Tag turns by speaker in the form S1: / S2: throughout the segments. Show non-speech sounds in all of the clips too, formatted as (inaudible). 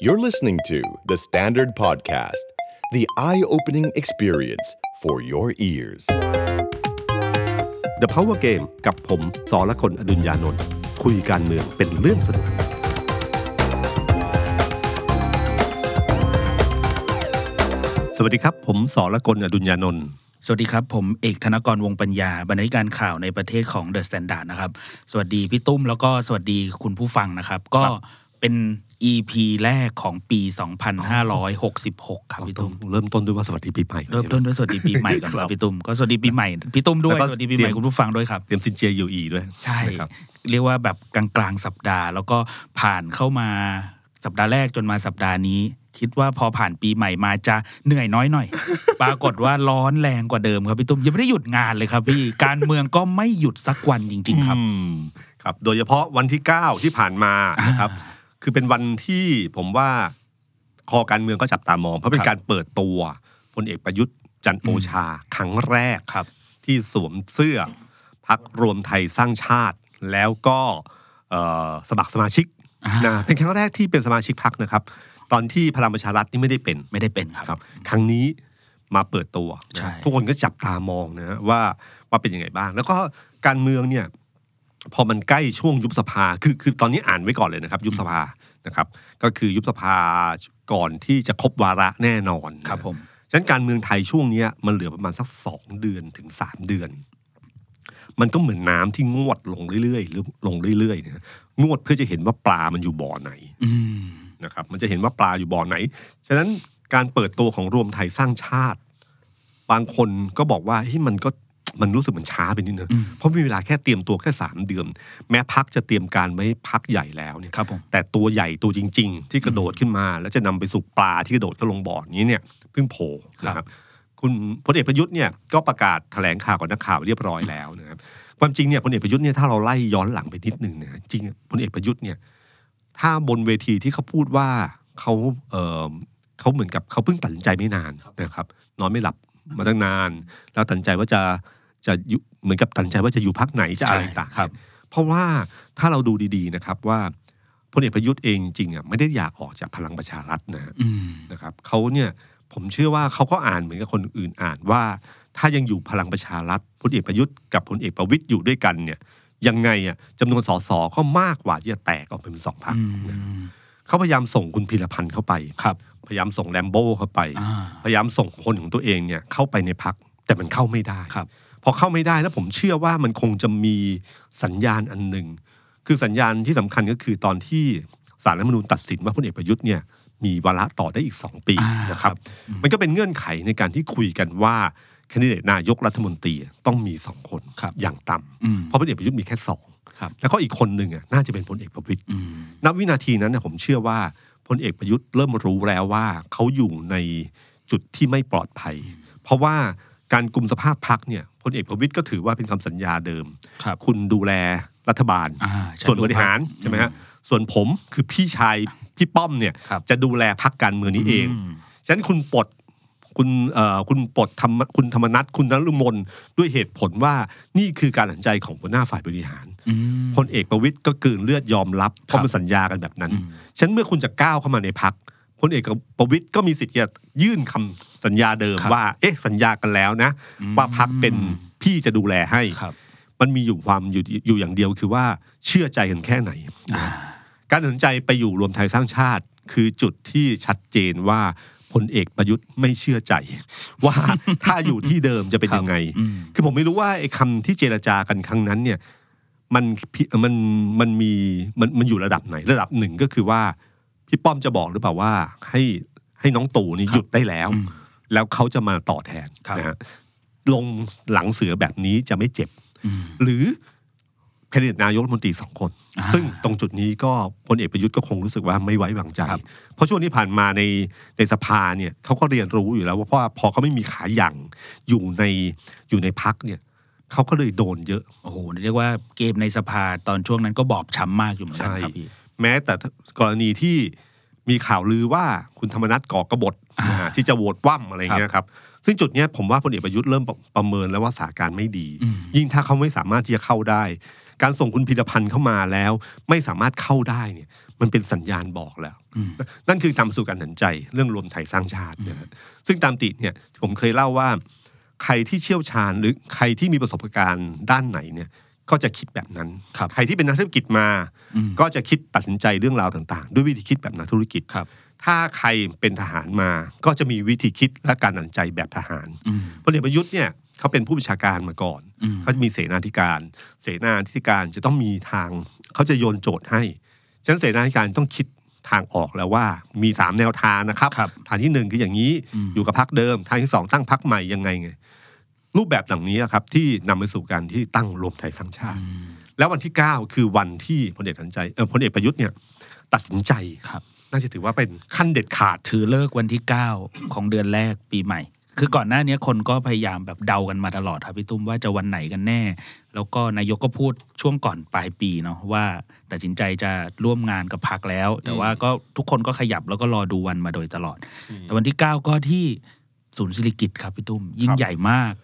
S1: You're listening to The Standard Podcast, the eye opening experience for your ears.
S2: The Power Game กับผมสอละคนอดุญญานนท์คุยการเมืองเป็นเรื่องสนุก สวัสดีครับ ผมสอละคนอดุญญานนท์
S3: สวัสดีครับ ผมเอกธนกรวงศ์ปัญญาบรรณาธิการข่าวในประเทศของเดอะสแตนดาร์ดนะครับ สวัสดีพี่ตุ้มแล้วก็สวัสดีคุณผู้ฟังนะครับ ก็เป็น EP แรกของปี 2566 ครับพี่
S2: ต้อ
S3: ตุ้
S2: ง
S3: ม
S2: เริ่มต้นด้วยว่าสวัสดีปีใหม่ก่อ
S3: เริ่มต้นด้วยสวัสดีปีใหม่ก่อนครับพี่ตุ้มก็สวัสดีปีใหม่พี่ตุ้มด้วย
S2: แล้ก็
S3: สวัสดีปีใหม่คุณผู้ฟังด้วยครับ
S2: เตรียมซินเจียยูอีด้วย
S3: ใช่
S2: นะครับ
S3: เรียกว่าแบบกลางๆสัปดาห์ แล้วก็ผ่านเข้ามาสัปดาห์แรกจนมาสัปดาห์นี้ คิดว่าพอผ่านปีใหม่มาจะเหนื่อยน้อย
S2: (laughs)
S3: หน่อย ปรากฏว่าร้อนแรงกว่าเดิมครับพี่ตุ้มยังไม่ได้หยุดงานเลยครับพี่ การเมืองก็ไม่หยุดสักวันจริง ๆ ครับ
S2: อืมครับโดยเฉพาะวันที่ 9 ที่ผ่านมานะครับ คือเป็นวันที่ผมว่าคอการเมืองก็จับตามอง เพราะเป็
S3: คน รับ
S2: การเปิดตัวพลเอกประยุทธ์จันทร์โอชา ครั้งแรก
S3: ครับ
S2: ที่สวมเสื้อพักรวมไทยสร้างชาติ แล้วก็เอ่อสมัครสมาชิกนะเป็นครั้งแรกที่เป็นสมาชิกพักนะครับ ตอนที่พลังประชารัฐนี่ไม่ได้เป็น
S3: ไม่ได้เป็นครับ
S2: ครับครั้งนี้มาเปิดตัว
S3: ใช่
S2: นะทุกคนก็จับตามองนะฮะว่าว่าเป็นยังไงบ้าง แล้วก็การเมืองเนี่ยพอมันใกล้ช่วงยุบสภาคือคือตอนนี้อ่านไว้ก่อนเลยนะครับ ยุบสภานะครับ ก็คือยุบสภาก่อนที่จะครบวาระแน่นอนนะครับ
S3: ผม
S2: ฉะนั้นการเมืองไทยช่วงเนี้ยมันเหลือประมาณสักสองเดือนถึงสามเดือน มันก็เหมือนน้ำที่งวดลงเรื่อยๆหรือลงเรื่อยๆเนี่ยงวดเพื่อจะเห็นว่าปลามันอยู่บ่อไหน
S3: อืม
S2: นะครับมันจะเห็นว่าปลาอยู่บ่อไหน ฉะนั้นการเปิดตัวของรวมไทยสร้างชาติ บางคนก็บอกว่าเฮ้ยมันก็มันรู้สึกมันช้าไปนิดนึงเพราะมีเวลาแค่เตรียมตัวแค่สามเดือน แม้พักจะเตรียมการไว้พักใหญ่แล้วเนี่ย
S3: ครับผม
S2: แต่ตัวใหญ่ตัวจริง ๆ ที่กระโดดขึ้นมา แล้วจะนำไปสู่ปลาที่กระโดดก็ลงบ่อนี้เนี่ยเพิ่งโผล่นะครับ คุณพลเอกประยุทธ์เนี่ยก็ประกาศแถลงข่าวกับนักข่าวเรียบร้อยแล้วนะครับ ความจริงเนี่ยพลเอกประยุทธ์เนี่ยถ้าเราไล่ย้อนหลังไปนิดหนึ่งนะจริงๆพลเอกประยุทธ์เนี่ย ถ้าบนเวทีที่เขาพูดว่าเขาเออเขาเหมือนกับเขาเพิ่งตัดสินใจไม่นานนะครับ นอนไม่หลับมาตั้งนาน แล้วตัดสินใจว่าจะจะอยู่เหมือนกับตัดสินใจว่าจะอยู่พักไหนจะอะไรต่างๆ
S3: ครับ
S2: เพราะว่าถ้าเราดูดีๆนะครับว่าพลเอกประยุทธ์เองจริงๆอ่ะไม่ได้อยากออกจากพลังประชารัฐนะ
S3: อืม
S2: นะครับเขาเนี่ยผมเชื่อว่าเขาก็อ่านเหมือนกับคนอื่นอ่านว่า ถ้ายังอยู่พลังประชารัฐพลเอกประยุทธ์กับพลเอกประวิตยอยู่ด้วยกันเนี่ยยังไงอ่ะจำนวนสสก็มากกว่าที่จะแตกออกเป็นสองพรรค
S3: อืม
S2: เขาพยายามส่งคุณพีรพันธ์เข้าไป
S3: ครับ
S2: พยายามส่งแลมโบ้เข้าไป
S3: อ่า
S2: พยายามส่งคนของตัวเองเนี่ยเข้าไปในพักแต่มันเข้าไม่ได้
S3: ครับ
S2: พอเข้าไม่ได้แล้วผมเชื่อว่ามันคงจะมีสัญญาณอันหนึ่งคือสัญญาณที่สำคัญก็คือตอนที่สารรัฐธรรมนูญตัดสินว่าพลเอกประยุทธ์เนี่ยมีวาระต่อได้อีก 2 ปี
S3: อ่า
S2: นะครับ มันก็เป็นเงื่อนไขในการที่คุยกันว่าแคนดิเดตนายกรัฐมนตรีต้องมี 2 คน
S3: ครับ
S2: อย่างต่ำ
S3: อืม
S2: เพราะพลเอกประยุทธ์มีแค่สอง
S3: ครับ
S2: แล้วก็อีกคนหนึ่งอ่ะน่าจะเป็นพลเอกประวิตย
S3: อืม
S2: ณวินาทีนั้นนะผมเชื่อว่าพลเอกประยุทธ์เริ่มรู้แล้วว่าเขาอยู่ในจุดที่ไม่ปลอดภัย เพราะว่าการกลุ่มสภาพพักเนี่ยพลเอกประวิตยก็ถือว่าเป็นคำสัญญาเดิม
S3: ครับ
S2: คุณดูแลรัฐบาล
S3: อ่าใช่
S2: ส่วนบริหารใช่ไหมฮะส่วนผมคือพี่ชายพี่ป้อมเนี่ย
S3: ครับ
S2: จะดูแลพักการเมืองนี้เอง
S3: ม
S2: ฉะนั้นคุณปลดคุณเอ่อคุณปลดธรรมคุณธรรมนัทคุณนรุมนด้วยเหตุผลว่านี่คือการตัดสินใจของหัวหน้าฝ่ายบริหาร
S3: อืม
S2: พลเอกประวิตยก็กลืนเลือดยอมรับเพ
S3: ครั
S2: ราะ
S3: บ
S2: มันสัญญากันแบบนั้น
S3: อืม
S2: ฉะนันเมื่อคุณจะก้าวเข้ามาในพักพลเอกประวิตยก็มีสิทธิ์จะยื่นคำสัญญาเดิมว่า เอ๊ะสัญญากันแล้วนะ ว่าพักเป็นพี่จะดูแลให้
S3: ครับ
S2: มันมีอยู่ความอยู่อยู่อย่างเดียวคือว่าเชื่อใจกันแค่ไหนนะการตัดสินใจไปอยู่รวมไทยสร้างชาติ คือจุดที่ชัดเจนว่าพลเอกประยุทธ์ไม่เชื่อใจ ว่า ถ้าอยู่ที่เดิมจะเป็น
S3: ครับ
S2: ยังไง
S3: อืม
S2: คือผมไม่รู้ว่าไอ้คำที่เจรจากันครั้งนั้นเนี่ยมันพิมันมันมีมันมันอยู่ระดับไหน ระดับหนึ่งก็คือว่าพี่ป้อมจะบอกหรือเปล่าว่า ให้ให้น้องตู่นี่หยุดได้แล้ว
S3: อืม
S2: แล้วเขาจะมาต่อแทน
S3: ครับ
S2: นะฮะลงหลังเสือแบบนี้จะไม่เจ็บ
S3: อืม
S2: หรือแคนดิเดตนายกรัฐมนตรีสองคน
S3: อ่า
S2: ซึ่งตรงจุดนี้ก็พลเอกประยุทธ์ก็คงรู้สึกว่าไม่ไว้วางใจ
S3: ครับ
S2: เพราะช่วงที่ผ่านมาในในสภาเนี่ยเขาก็เรียนรู้อยู่แล้วว่าเพราะว่าพอเขาไม่มีขาอย่างอยู่ในอยู่ในพักเนี่ยเขาก็เลยโดนเยอะ
S3: โอ้โหเรียกว่าเกมในสภาตอนช่วงนั้นก็บอบช้ำมากอยู่เหมือนกันครับพี่
S2: แม้แต่กรณีที่มีข่าวลือว่าคุณธรรมนัฐก่อกบฏนะฮะที่จะโหวตว่ำอะไรอย่างเงี้ยครับ ซึ่งจุดเนี้ยผมว่าพลเอกประยุทธ์เริ่มประเมินแล้วว่าสถานการณ์ไม่ดี
S3: อืม
S2: ยิ่งถ้าเขาไม่สามารถที่จะเข้าได้ การส่งคุณพิรพันธ์เข้ามาแล้ว ไม่สามารถเข้าได้เนี่ย มันเป็นสัญญาณบอกแล้ว
S3: อืม
S2: นั่นคือทำสู่การตัดสินใจเรื่องรวมไทยสร้างชาตินะฮะซึ่งตามติเนี่ยผมเคยเล่าว่า ใครที่เชี่ยวชาญหรือใครที่มีประสบการณ์ด้านไหนเนี่ยก็จะคิดแบบนั้น
S3: ครับ
S2: ใครที่เป็นนักธุรกิจมา
S3: อืม
S2: ก็จะคิดตัดสินใจเรื่องราวต่างๆ ด้วยวิธีคิดแบบนักธุรกิจ
S3: ครับ
S2: ถ้าใครเป็นทหารมา ก็จะมีวิธีคิดและการตัดสินใจแบบทหาร
S3: อืม
S2: พลเอกประยุทธ์เนี่ยเขาเป็นผู้บัญชาการมาก่อน
S3: อืม
S2: เขาจะมีเสนาธิการ เสนาธิการจะต้องมีทาง เขาจะโยนโจทย์ให้ ฉะนั้นเสนาธิการต้องคิดทางออกแล้วว่า มีสามแนวทางนะครับ
S3: ครับ
S2: ทางที่หนึ่งคืออย่างนี้
S3: อืม
S2: อยู่กับพักเดิม ทางที่สองตั้งพักใหม่ยังไงไง รูปแบบเหล่านี้ครับที่นำไปสู่การที่ตั้งรวมไทยสร้างชาติ
S3: อืม
S2: แล้ววันที่ 9 คือวันที่พลเอกตัดสินใจเออพลเอกประยุทธ์เนี่ยตัดสินใจ
S3: ครับ
S2: น่าจะถือว่าเป็นขั้นเด็ดขาด
S3: ถือเลิกวันที่ 9 ของเดือนแรกปีใหม่ คือก่อนหน้านี้คนก็พยายามแบบเดากันมาตลอดครับพี่ตุ้มว่าจะวันไหนกันแน่ แล้วก็นายกก็พูดช่วงก่อนปลายปีเนาะว่าตัดสินใจจะร่วมงานกับพักแล้ว แต่ว่าก็ทุกคนก็ขยับแล้วก็รอดูวันมาโดยตลอด แต่วันที่ 9 ก็ที่ศูนย์ศิริกิติ์ครับพี่ตุ้มยิ่
S2: ค
S3: ง
S2: รับ
S3: ใหญ่มาก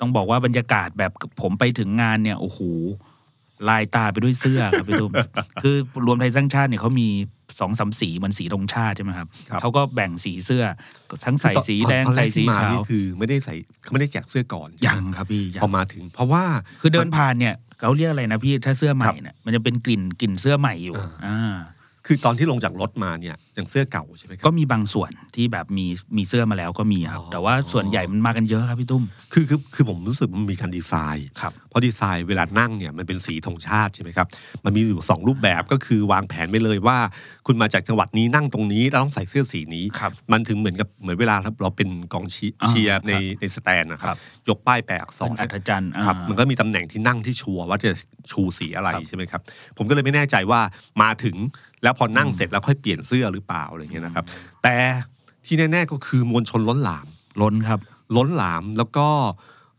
S3: ต้องบอกว่าบรรยากาศแบบผมไปถึงงานเนี่ยโอ้โหลายตาไปด้วยเสื้อครับพี่
S2: (laughs)
S3: ตุ้ม คือรวมไทยสร้างชาติเนี่ยเขามีสองสามสีเหมือนสีธงชาติใช่ไหมครับ
S2: ครับ
S3: เขาก็แบ่งสีเสื้อทั้งใส่สีแดง
S2: ตอนร
S3: ใส่
S2: ก
S3: สี
S2: ที่ม
S3: ขาว
S2: นี่คือไม่ได้ใส่เขาไม่ได้แจกเสื้อก่อนใช่ไหม
S3: ยังครับพี่ยัง
S2: พอมาถึง เพราะว่า
S3: คือเดินผ่านเนี่ยเขาเรียกอะไรนะพี่ถ้าเสื้อใหม่เนี่ยมันจะเป็นกลิ่นกลิ่นเสื้อใหม่อยู่
S2: อ่า
S3: อ่า
S2: คือตอนที่ลงจากรถมาเนี่ยอย่างเสื้อเก่าใช่ไหมครั
S3: ก็
S2: บ
S3: มีบางส่วนที่แบบมีมีเสื้อมาแล้วก็มีครับ
S2: อ๋อ
S3: แต่ว่าส่วนใหญ่มันมากันเยอะครับพี่ตุ้ม
S2: คือคือคือผมรู้สึกมันมีการดีไซน์
S3: ครับ
S2: เพราะดีไซน์เวลานั่งเนี่ยมันเป็นสีธงชาติใช่ไหมครับ มันมีอยู่สองรูปแบบก็คือวางแผนไปเลยว่า คุณมาจากจังหวัดนี้นั่งตรงนี้แล้วต้องใส่เสื้อสีนี้
S3: ครับ
S2: มันถึงเหมือนกับเหมือนเวลาเราเป็นกองเชียร์
S3: อ่า
S2: เชียร์ใน
S3: ครับ
S2: ในสแตนนะค
S3: ค
S2: รั
S3: รับ บ
S2: ยกป้ายแปะอักษ
S3: เป็น
S2: ร
S3: อัธจันทร์อ่า
S2: ครับมันก็มีตำแหน่งที่นั่งที่ชัวร์ว่าจะชูสีอะไร
S3: ครับ
S2: ใช่ไหมครับ ผมก็เลยไม่แน่ใจว่ามาถึงแล้วพอนั่ง
S3: อืม
S2: เสร็จแล้วค่อยเปลี่ยนเสื้อหรือเปล่าอะไรอย่างเงี้ยนะครับ แต่ที่แน่ๆก็คือมวลชนล้นหลาม
S3: ล้นครับ
S2: ล้นหลามแล้วก็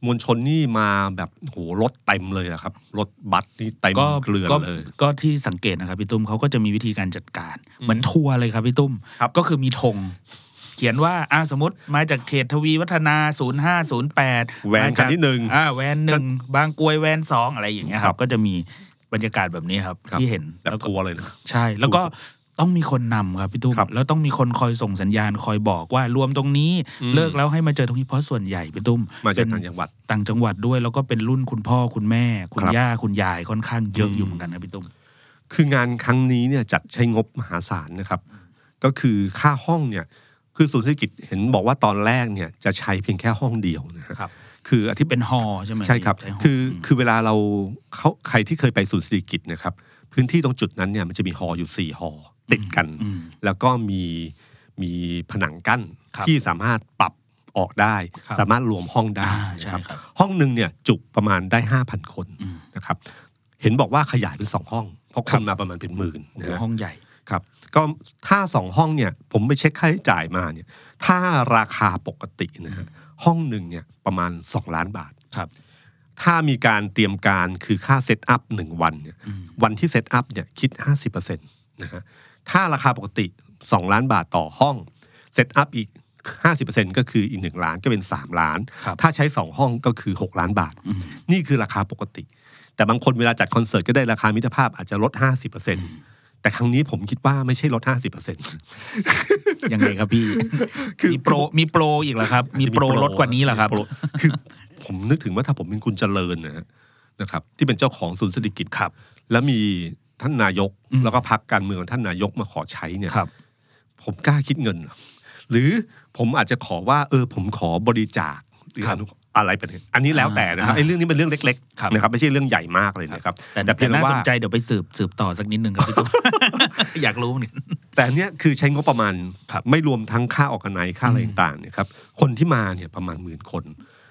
S2: มวลชนนี่มาแบบโหรถเต็มเลยอะครับรถบัสนี่เต็ม
S3: ก็
S2: เกลือน
S3: ก็
S2: เลย
S3: ก็ที่สังเกตนะครับพี่ตุ้มเขาก็จะมีวิธีการจัดการ
S2: อืม
S3: เหมือนทัวร์เลยครับพี่ตุ้ม
S2: ครับ
S3: ก็คือมีธงเขียนว่าอ่าสมมติมาจากเขตทวีวัฒนา 0508
S2: แหวน
S3: มา
S2: คั
S3: จาน ก
S2: ที่หนึ่ง
S3: อ่าแวนหนึ่งบางกรวยแวนสองอะไรอย่างเงี้ยค
S2: ครั
S3: รั
S2: บบ
S3: ก็จะมีบรรยากาศแบบนี้ครับ
S2: ครับ
S3: ที่เห็น
S2: แบบ
S3: แล้วก็
S2: ทัวร์เลยนะ
S3: ใช่แล้วก็ต้องมีคนนำครับพี่ตุ้ม
S2: ครับ
S3: แล้วต้องมีคนคอยส่งสัญญาณคอยบอกว่ารวมตรงนี้
S2: อืม
S3: เลิกแล้วให้มาเจอตรงนี้เพราะส่วนใหญ่พี่ตุ้ม
S2: มาจาก
S3: เป็น
S2: ต่างจังหวัด
S3: ต่างจังหวัดด้วยแล้วก็เป็นรุ่นคุณพ่อคุณแม่ คุณ
S2: ครับ
S3: ย่าคุณยายค่อนข้างเยอะ
S2: อืม
S3: อยู่เหมือนกันนะพี่ตุ้ม
S2: คืองานครั้งนี้เนี่ยจัดใช้งบมหาศาลนะครับ ก็คือค่าห้องเนี่ยคือศูนย์เศรษฐกิจเห็นบอกว่าตอนแรกเนี่ยจะใช้เพียงแค่ห้องเดียวนะฮะ
S3: ครับ
S2: คืออธิบ
S3: เป็นฮอใช่ไหม
S2: ใช่ครับ
S3: ฮ
S2: คือ
S3: ม
S2: คือเวลาเราเขาใครที่เคยไปศูนย์เศรษฐกิจนะครับ พื้นที่ตรงจุดนั้นเนี่ยมันจะมีหออยู่สี่หอติดกัน
S3: อืม
S2: แล้วก็มีมีผนังกั้น
S3: ครับ
S2: ที่สามารถปรับออกได้
S3: ครับ
S2: สามารถรวมห้องได้
S3: อ่าใช่
S2: นะครับ
S3: ครับ
S2: ห้องหนึ่งเนี่ยจุประมาณได้ 5,000 คน
S3: อืม
S2: นะครับ เห็นบอกว่าขยายเป็นสองห้อง เพราะคนมาประมาณเป็นหมื่น
S3: โอ้
S2: นะ
S3: โห
S2: ฮะ
S3: ห้องใหญ่
S2: ครับก็ถ้าสองห้องเนี่ยผมไปเช็คค่าใช้จ่ายมาเนี่ยถ้าราคาปกตินะฮะห้องหนึ่งเนี่ยประมาณ 2 ล้านบาท
S3: ครับ
S2: ถ้ามีการเตรียมการคือค่าเซตอัพหนึ่งวันเนี่ย
S3: อืม
S2: วันที่เซตอัพเนี่ยคิด 50%นะฮะถ้าราคาปกติ 2 ล้านบาทต่อห้องเซตอัพอีก 50%ก็คืออีก 1 ล้านก็เป็น 3 ล้าน
S3: ครับ
S2: ถ้าใช้ 2 ห้องก็คือ 6 ล้านบาท
S3: อืม
S2: นี่คือราคาปกติ แต่บางคนเวลาจัดคอนเสิร์ตก็ได้ราคามิตรภาพอาจจะลด 50%แต่ครั้งนี้ผมคิดว่าไม่ใช่ลด 50%
S3: ยังไงครับพี่
S2: คือ
S3: มีโปรมีโปรอีกเหรอครับ มีโปรลดกว่านี้เหรอครับ
S2: มีโปคือผมนึกถึงว่าถ้าผมเป็นคุณเจริญนะฮะนะครับ ที่เป็นเจ้าของศูนย์เศรษฐกิจครับ แล้วมีท่านนายก
S3: อืม
S2: แล้วก็พักการเมืองท่านนายกมาขอใช้เนี่ย
S3: ครับ
S2: ผมกล้าคิดเงินเหรอหรือผมอาจจะขอว่าเออผมขอบริจาคหรือ
S3: ครับ
S2: อนุอะไรเป็นอันนี้แล้วแต่นะครับ
S3: อ่า
S2: ไอ้เรื่องนี้เป็นเรื่องเล็ก
S3: ครับ
S2: ๆนะครับไม่ใช่เรื่องใหญ่มากเลยนะครับ
S3: แต่
S2: แต่เพี
S3: แต่
S2: ยง
S3: น่า
S2: ว่า
S3: สนใจเดี๋ยวไปสืบสืบต่อสักนิดนึงครับพี่ตุ้
S2: (laughs)
S3: ม อยากรู้เหมือนกัน
S2: แต่อันเนี้ยคือใช้งบประมาณ
S3: ครับ
S2: ไม่รวมทั้งค่าออกไนค่าอะไร
S3: อืม
S2: ต่างๆเนี่ยครับคนที่มาเนี่ยประมาณหมื่นคน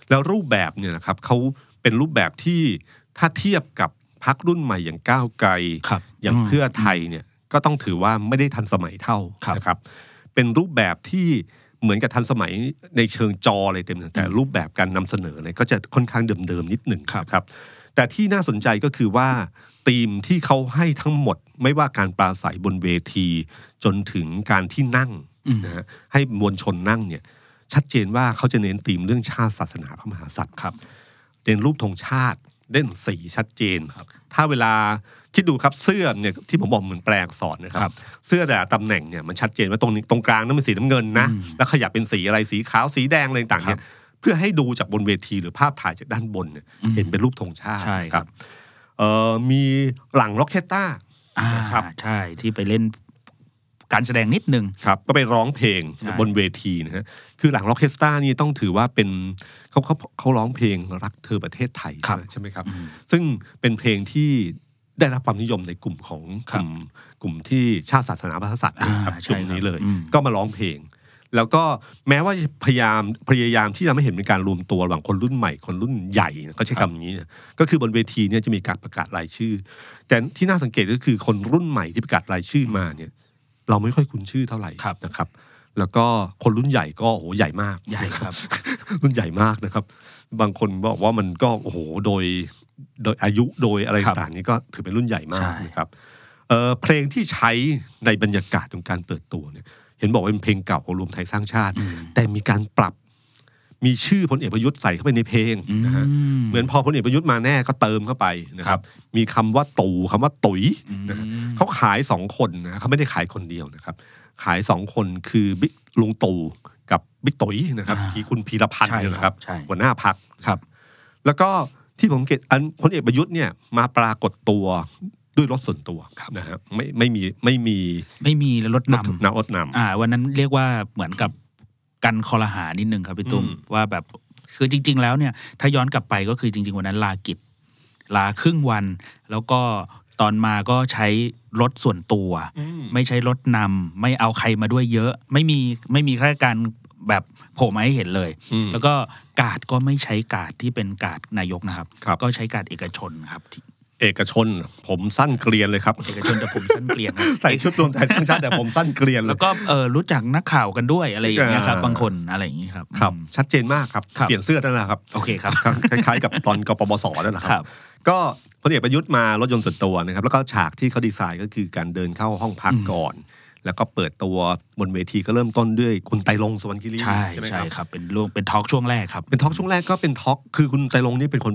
S2: แล้วรูปแบบเนี่ยนะครับเขาเป็นรูปแบบที่ถ้าเทียบกับพักรุ่นใหม่อย่างก้าวไกล
S3: ครับ
S2: อย่าง
S3: ม
S2: เพื่อไทยเนี่ยก็ต้องถือว่าไม่ได้ทันสมัยเท่า
S3: ครับ
S2: นะครับ เป็นรูปแบบที่เหมือนกับทันสมัยในเชิงจออะไรเต็มแต่รูปแบบการนำเสนอเลยก็จะค่อนข้างเดิมๆนิดหนึ่ง
S3: ครับ
S2: นะครับ แต่ที่น่าสนใจก็คือว่าธีมที่เขาให้ทั้งหมด ไม่ว่าการปราศัยบนเวที จนถึงการที่นั่ง
S3: อืม
S2: นะฮะให้มวลชนนั่งเนี่ยชัดเจนว่าเขาจะเน้นธีมเรื่องชาติศาสนาพระมหากษัตริย์
S3: ครับ
S2: เด่นรูปธงชาติ เด่นสีชัดเจน ถ้าเวลา คิดดูครับเสื้อเนี่ยที่ผมบอกเหมือนแปลอักษรนะค
S3: ครั
S2: รับ บ เสื้อแต่ละตำแหน่งเนี่ยมันชัดเจนว่าตรงนี้ตรงกลางนั่นเป็นสีน้ำเงินนะ
S3: อืม
S2: แล้วขยับเป็นสีอะไรสีขาวสีแดงอะไรต่างๆเนี่ยเพื่อให้ดูจากบนเวทีหรือภาพถ่ายจากด้านบนเนี่ย
S3: อืม
S2: เห็นเป็นรูปธงชาติ
S3: ใช่ครับ
S2: เอ่อมีหลังล็อกเคต้า
S3: อ่า
S2: นะครับ
S3: ใช่ที่ไปเล่นการแสดงนิดนึง
S2: ครับก็ไปร้องเพลง
S3: ใช่
S2: บนเวทีนะฮะคือหลังล็อกเคสตรานี่ต้องถือว่าเป็นเขาเขาเขาร้องเพลงรักเธอประเทศไทยใช่ไหมใช่ไหมครับ
S3: อืม
S2: ซึ่งเป็นเพลงที่ได้รับความนิยมในกลุ่มของ
S3: ค
S2: ก
S3: รับ
S2: ลุ่มกลุ่มที่ชาติศาสนาพระศาสนาครับ
S3: อ่า
S2: ก
S3: ใช่
S2: ลุ่มนี้เลย
S3: ครับอืม
S2: ก็มาร้องเพลง แล้วก็แม้ว่าพยายามพยายามที่จะไม่เห็นเป็นการรวมตัวระหว่างคนรุ่นใหม่คนรุ่นใหญ่นะก็ใช้
S3: ครับ
S2: คำนี้นะก็คือบนเวทีเนี่ยจะมีการประกาศรายชื่อ แต่ที่น่าสังเกตก็คือคนรุ่นใหม่ที่ประกาศรายชื่อมาเนี่ย เราไม่ค่อยคุ้นชื่อเท่าไหร่
S3: ครับ
S2: นะครับ แล้วก็คนรุ่นใหญ่ก็โอ้โหใหญ่มาก
S3: ใหญ่ครับ
S2: รุ่นใหญ่มากนะครับ บางคนบอกว่ามันก็โอ้โหโดยโดยอายุโดยอะไร
S3: ครับ
S2: ต่างๆนี่ก็ถือเป็นรุ่นใหญ่มาก
S3: ใช่
S2: นะครับเอ่อเพลงที่ใช้ในบรรยากาศของการเปิดตัวเนี่ย เห็นบอกว่าเป็นเพลงเก่าของรวมไทยสร้างชาติ
S3: อืม
S2: แต่มีการปรับ มีชื่อพลเอกประยุทธ์ใส่เข้าไปในเพลงนะฮะเหมือนพอพลเอกประยุทธ์มาแน่ก็เติมเข้าไปนะครับ มีคำว่าตู่คำว่าตุ๋ย
S3: อืม
S2: นะฮะ เขาขายสองคนนะเขาไม่ได้ขายคนเดียวนะครับ ขายสองคนคือบิ๊กลุงตู่กับบิ๊กตุ๋ยนะครับ
S3: อ่า
S2: ที่คุณพีรพันธ์
S3: ใช่
S2: เนี่ยนะครับ
S3: ใช่
S2: หัวหน้าพัก
S3: ครับ
S2: แล้วก็ที่ผมเกตอันพลเอกประยุทธ์เนี่ยมาปรากฏตัวด้วยรถส่วนตัวนะฮะไม่ไม่มีไม่มี
S3: ไม่มีรถนำ
S2: นำอดนำ
S3: อ่าวันนั้นเรียกว่าเหมือนกับกันคอรหานิดนึงครับพี่ตุ้ม
S2: อืม
S3: ว่าแบบคือจริง ๆ แล้วเนี่ย ถ้าย้อนกลับไปก็คือจริง ๆ วันนั้นลากิจ ลาครึ่งวัน แล้วก็ตอนมาก็ใช้รถส่วนตัว ไม่ใช้รถนำไม่เอาใครมาด้วยเยอะ ไม่มีไม่มีข้าราชการแบบโผล่มาให้เห็นเลย
S2: อืม
S3: แล้วก็กาดก็ไม่ใช้กาดที่เป็นกาดนายกนะครับ
S2: ครับ
S3: ก็ใช้กาดเอกชนครับที่
S2: เอกชน ผมสั้นเกลียนเลยครับ (laughs)
S3: เอกชนแต่ผมสั้นเกลียนนะ
S2: ใส่ชุดรวมไทยสร้างชาติแต่ผมสั้นเกลียนเย
S3: แล้วก็เออรู้จักนักข่าวกันด้วยอะไรอย่างเงี้ยครับ
S2: อ่า
S3: บางคนอะไรอย่างงี้ครับ
S2: ครับ ชัดเจนมากครับ
S3: ครับ
S2: เปลี่ยนเสื้อนั่นแหละครับ
S3: โอเคครับ
S2: คล้ายๆ กับ (laughs) ตอนกปปสนั่นแหละค
S3: ครับ รับ
S2: ก็พลเอกประยุทธ์มารถยนต์ส่วนตัวนะครับ แล้วก็ฉากที่เขาดีไซน์ก็คือการเดินเข้าห้องพัก
S3: อืม
S2: ก่อน แล้วก็เปิดตัวบนเวทีก็เริ่มต้นด้วยคุณไตรรงค์สวรรคิรี
S3: ใช่
S2: ใช่ไหมค
S3: ใช่
S2: รับ
S3: ครับ เป็นเรื่องเป็นทอล์กช่วงแรกครับ
S2: เป็นทอล์กช่วงแรกก็เป็นทอล์กคือคุณไตรรงค์นี่เป็นคน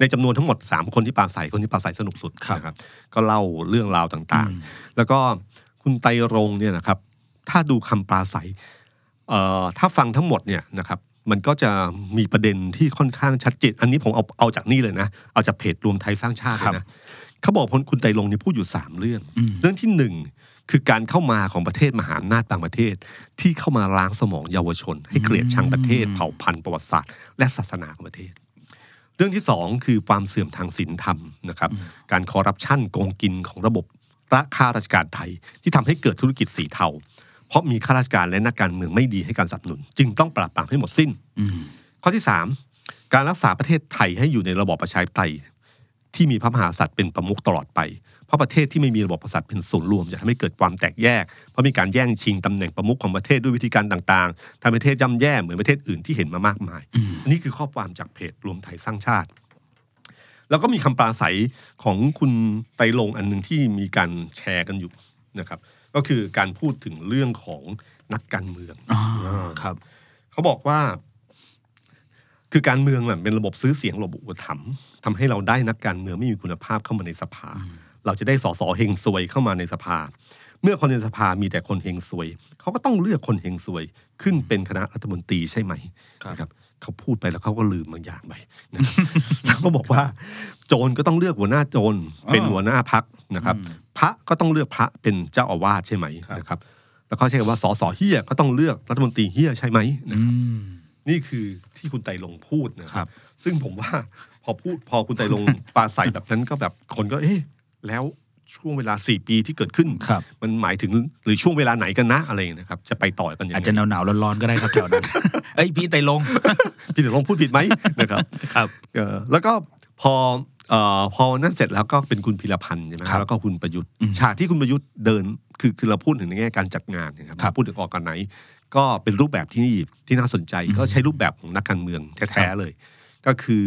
S2: ในจำนวนทั้งหมด 3 คนที่ปราศัยคนที่ปราศัยสนุกสุด
S3: ครับ
S2: นะครับก็เล่าเรื่องราวต่าง
S3: อืม
S2: ๆ แล้วก็คุณไตรรงค์เนี่ยนะครับ ถ้าดูคำปราศัยเอ่อถ้าฟังทั้งหมดเนี่ยนะครับ มันก็จะมีประเด็นที่ค่อนข้างชัดเจนอันนี้ผมเอาเอาจากนี่เลยนะ เอาจากเพจรวมไทยสร้างชาติเลยนะเขาบอกพลคุณไตรรงค์เนี่ยพูดอยู่สามเรื่อง
S3: อืม
S2: เรื่องที่หนึ่งคือการเข้ามาของประเทศมหาอำนาจต่างประเทศ ที่เข้ามาล้างสมองเยาวชน ให้เกลียดชังประเทศเผ่าพันธุ์ประวัติศาสตร์และศาสนาของประเทศ เรื่องที่สองคือความเสื่อมทางศีลธรรมนะครับ การคอร์รัปชันโกงกินของระบบราคาราชการไทย ที่ทำให้เกิดธุรกิจสีเทาเพราะมีข้าราชการและนักการเมืองไม่ดีให้การสนับสนุน จึงต้องปราบปรามให้หมดสิ้น
S3: อืม
S2: ข้อที่ 3 การรักษาประเทศไทยให้อยู่ในระบอบประชาธิปไตย ที่มีพระมหากษัตริย์เป็นประมุขตลอดไป เพราะประเทศที่ไม่มีระบอบกษัตริย์เป็นศูนย์รวมจะทำให้เกิดความแตกแยก เพราะมีการแย่งชิงตำแหน่งประมุขของประเทศด้วยวิธีการต่างๆทำให้ประเทศย่ำแย่เหมือนประเทศอื่นที่เห็นมามากมาย นี่คือข้อความจากเพจรวมไทยสร้างชาติ แล้วก็มีคำปราศัยของคุณไตรลงค์อันหนึ่งที่มีการแชร์กันอยู่นะครับ ก็คือการพูดถึงเรื่องของนักการเมือง
S3: อ่าครับ
S2: เขาบอกว่า คือการเมืองน่ะเป็นระบบซื้อเสียงระบบอุปถัมภ์ทำให้เราได้นักการเมืองไม่มีคุณภาพเข้ามาในสภา เราจะได้สสเฮงซวยเข้ามาในสภา เมื่อคนในสภามีแต่คนเฮงซวย เขาก็ต้องเลือกคนเฮงซวย ขึ้นเป็นคณะรัฐมนตรีใช่ไหม
S3: ครับ
S2: นะครับ เขาพูดไปแล้วเขาก็ลืมบางอย่างไป (laughs) นะครับ แล้วก็บอกว่า โจรก็ต้องเลือกหัวหน้าโจรเป็นหัวหน้าพักนะครับ พระก็ต้องเลือกพระเป็นเจ้าอาวาสใช่ไหม
S3: ครับ
S2: นะครับ แล้วก็ใช้คำว่าสสเฮียก็ต้องเลือกรัฐมนตรีเฮียใช่ไหมนะ
S3: อืม
S2: นี่คือที่คุณไตรลงค์พูดนะ
S3: ค
S2: ครับ
S3: รับ
S2: ซึ่งผมว่าพอพูดพอคุณไตร
S3: (laughs)
S2: ลงค์ ปราใสแบบนั้นก็แบบคนก็เอ๊ะแล้วช่วงเวลาสี่ปีที่เกิดขึ้น
S3: ครับ
S2: มันหมายถึงหรือช่วงเวลาไหนกันนะอะไรนะครับ จะไปต่อกันยัง
S3: อาจจะห
S2: ไง
S3: นาวหนาวๆร้อนๆก็ได้ครับแถ
S2: (laughs)
S3: วนั้น เอ้ยพี่ไตรลงค์
S2: พี่ไตรลงค์พูดผิดไหม นะครับ
S3: ครับ
S2: เอ่อแล้วก็พอเอ่อพอนั่นเสร็จแล้วก็เป็นคุณพิรพันธ์ใช่ไหมค
S3: ค
S2: รั
S3: รั
S2: บบ แล้วก็คุณประยุทธ์
S3: อืม
S2: ฉากที่คุณประยุทธ์เดินคือคือเราพูดถึงในแง่การจัดงานนะค
S3: ครั
S2: รับ พูดถึงออกกันไหน ก็เป็นรูปแบบที่ที่น่าสนใจก็ใช้รูปแบบของนักการเมืองแท้ๆเลย ก็คือ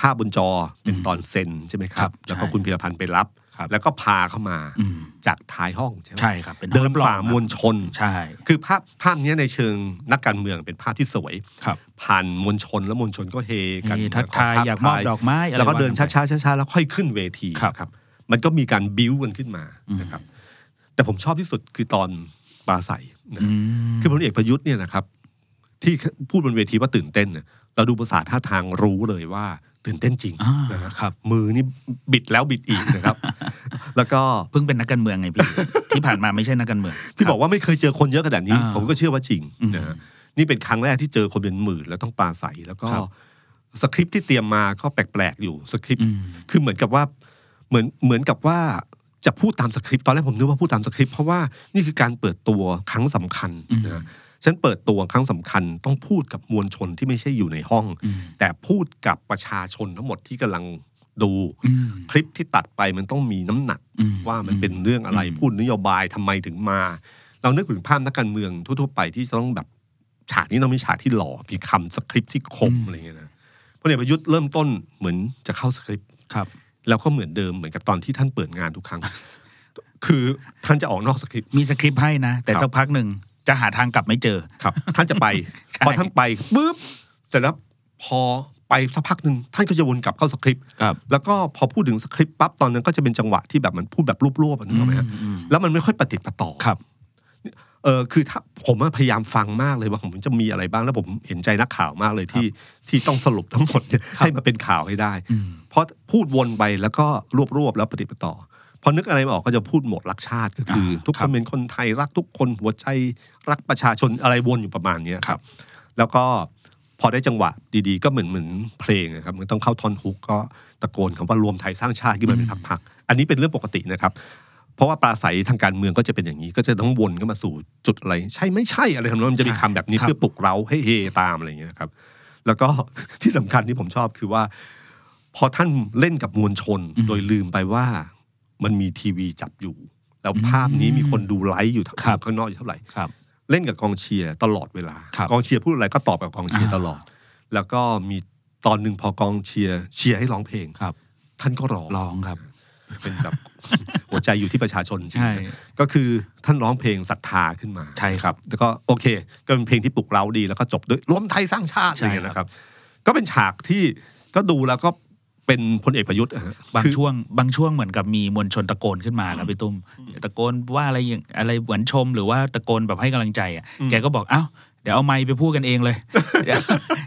S2: ภาพบนจอเป็นตอนเซ็นใช่ไหมค
S3: ครั
S2: รับ
S3: บ
S2: แล้วก็
S3: ใช่
S2: คุณพิรพันธ์ไปรับ
S3: ครับ
S2: แล้วก็พาเข้ามา
S3: อืม
S2: จากท้ายห้องใช่ไหม
S3: ใช่ครับ เป็น
S2: เดิน
S3: รับรอง
S2: ฝ่ามวลชน
S3: ใช่
S2: คือภาพภาพเนี้ยในเชิงนักการเมืองเป็นภาพที่สวย
S3: ครับ
S2: ผ่านมวลชนแล้วมวลชนก็เฮกัน
S3: นี่ทักทาย
S2: ขภพ
S3: อยากมอบ
S2: ถ่
S3: ดอกไม้อะไร
S2: แล้วก็เดิน
S3: ว่
S2: ช้า
S3: ไป
S2: ๆช้าๆแล้วค่อยขึ้นเวที
S3: ครับ
S2: ครับ มันก็มีการบิ้วกันขึ้นมานะครับ แต่ผมชอบที่สุดคือตอนปราศัยนะครับ คือพลเอกประยุทธ์เนี่ยนะครับ ที่พูดบนเวทีว่าตื่นเต้นเนี่ยเราดูภาษาท่าทางรู้เลยว่า ตื่นเต้นจริง
S3: อ่า
S2: นะฮะ
S3: ครับ
S2: มือนี่บิดแล้วบิดอีก
S3: (laughs)
S2: นะครับ แล้วก็
S3: เพิ่งเป็นนักการเมืองไง
S2: (laughs)
S3: พี่ ที่ผ่านมาไม่ใช่นักการเมือง
S2: ที่บอกว่าไม่เคยเจอคนเยอะขนาดนี้
S3: อ่า
S2: ผมก็เชื่อว่าจริง
S3: อืม
S2: นะฮะนี่เป็นครั้งแรกที่เจอคนเป็นหมื่นแล้วต้องปลาใสแล้วก็
S3: ครับ
S2: สคริปต์ที่เตรียมมาก็แปลกๆอยู่สคริปต์
S3: อืม
S2: คือเหมือนกับว่าเหมือนเหมือนกับว่าจะพูดตามสคริปต์ตอนแรกผมนึกว่าพูดตามสคริปต์เพราะว่านี่คือการเปิดตัวครั้งสำคัญ
S3: อืม
S2: นะฉันเปิดตัวครั้งสำคัญ ต้องพูดกับมวลชนที่ไม่ใช่อยู่ในห้อง
S3: อืม
S2: แต่พูดกับประชาชนทั้งหมดที่กำลังดู
S3: อืม
S2: คลิปที่ตัดไปมันต้องมีน้ำหนัก
S3: อืม
S2: ว่ามันเป็นเรื่องอะไร
S3: อืม
S2: พูดนโยบายทำไมถึงมา เรานึกถึงภาพนักการเมืองทั่วๆไปที่จะต้องแบบฉากนี้ต้องมีฉากที่หล่อมีคำสคริปต์ที่คมอะไรอย่างเงี้ยนะพลเอกประยุทธ์เริ่มต้นเหมือนจะเข้าสคริปต์
S3: ครับ
S2: แล้วก็เหมือนเดิมเหมือนกับตอนที่ท่านเปิดงานทุกครั้ง คือท่านจะออกนอกสคริปต์
S3: มีสคริปต์ให้นะ แต่
S2: ครับ
S3: สักพักหนึ่งจะหาทางกลับไม่เจอ
S2: ครับ ท่านจะไป
S3: ใช่
S2: พอท่านไปปุ๊บเสร็จแล้วพอไปสักพักหนึ่งท่านก็จะวนกลับเข้าสคริปต์
S3: ครับ
S2: แล้วก็พอพูดถึงสคริปต์ปั๊บตอนนั้นก็จะเป็นจังหวะที่แบบมันพูดแบบรวบๆอะนึกออกไหมฮะแล้วมันไม่ค่อยประติดประต่อ
S3: ครับ
S2: เออคือถ้าผมอะพยายามฟังมากเลยว่าผมจะมีอะไรบ้างแล้วผมเห็นใจนักข่าวมากเลยที่ที่ต้องสรุปทั้งหมดเนี่ย
S3: ครับ
S2: ให้มาเป็นข่าวให้ได้
S3: อืม
S2: เพราะพูดวนไปแล้วก็รวบรวบแล้วปฏิบัติต่อ พอนึกอะไรไม่ออกก็จะพูดหมดรักชาติก็คือ
S3: อ่า
S2: ทุก
S3: ค
S2: ค
S3: รั
S2: น
S3: บ
S2: เป็นคนไทยรักทุกคนหัวใจรักประชาชนอะไรวนอยู่ประมาณเนี้ย
S3: ครับ
S2: แล้วก็พอได้จังหวะดีๆ ก็เหมือนเหมือนเพลงนะครับมันต้องเข้าท่อนฮุกก็ตะโกนคำว่ารวมไทยสร้างชาติขึ้นมาเป็นพักๆอันนี้เป็นเรื่องปกตินะครับ เพราะว่าปราศัยทางการเมืองก็จะเป็นอย่างนี้ ก็จะต้องวนก็มาสู่จุดอะไร ใช่ไม่ใช่อะไรทำนองนั้นมันจะมีคำแบบนี้
S3: ครับ
S2: เพื่อปลุกเราให้เฮตามอะไรอย่างเงี้ยครับ แล้วก็ ที่สำคัญที่ผมชอบคือว่า พอท่านเล่นกับมวลชน
S3: อืม
S2: โดยลืมไปว่ามันมีทีวีจับอยู่ แล้ว
S3: อืม
S2: ภาพนี้มีคนดูไลฟ์อยู่
S3: ครับ
S2: ข้างนอกอยู่เท่าไหร่
S3: ครับ
S2: เล่นกับกองเชียร์ตลอดเวลา
S3: ครับ
S2: กองเชียร์พูดอะไรก็ตอบกับกองเชียร์
S3: อ่า
S2: ตลอด แล้วก็มีตอนหนึ่งพอกองเชียร์เชียร์ให้ร้องเพลง
S3: ครับ
S2: ท่านก็ร้อง
S3: ลองครับ
S2: เป็นแบบ (laughs) หัวใจอยู่ที่ประชาชนจริง
S3: ใช่
S2: ๆ ก็คือท่านร้องเพลงศรัทธาขึ้นมา
S3: ใช่ครับ
S2: แล้วก็โอเค ก็เป็นเพลงที่ปลุกเราดีแล้วก็จบด้วยรวมไทยสร้างชาติ
S3: ใช่
S2: อะไรอย่าง
S3: ครับ
S2: เงี้ยนะครับ ก็เป็นฉากที่ก็ดูแล้วก็เป็นพลเอกประยุทธ์อะฮะ
S3: บาง
S2: คือ
S3: ช่วงบางช่วงเหมือนกับมีมวลชนตะโกนขึ้นมาครับพี่ตุ้มตะโกนว่าอะไรอย่างอะไรเหมือนชมหรือว่าตะโกนแบบให้กำลังใจอ่ะแกก็บอกเอ้าเดี๋ยวเอาไม้ไปพูดกันเองเลย (laughs) เดี๋ยว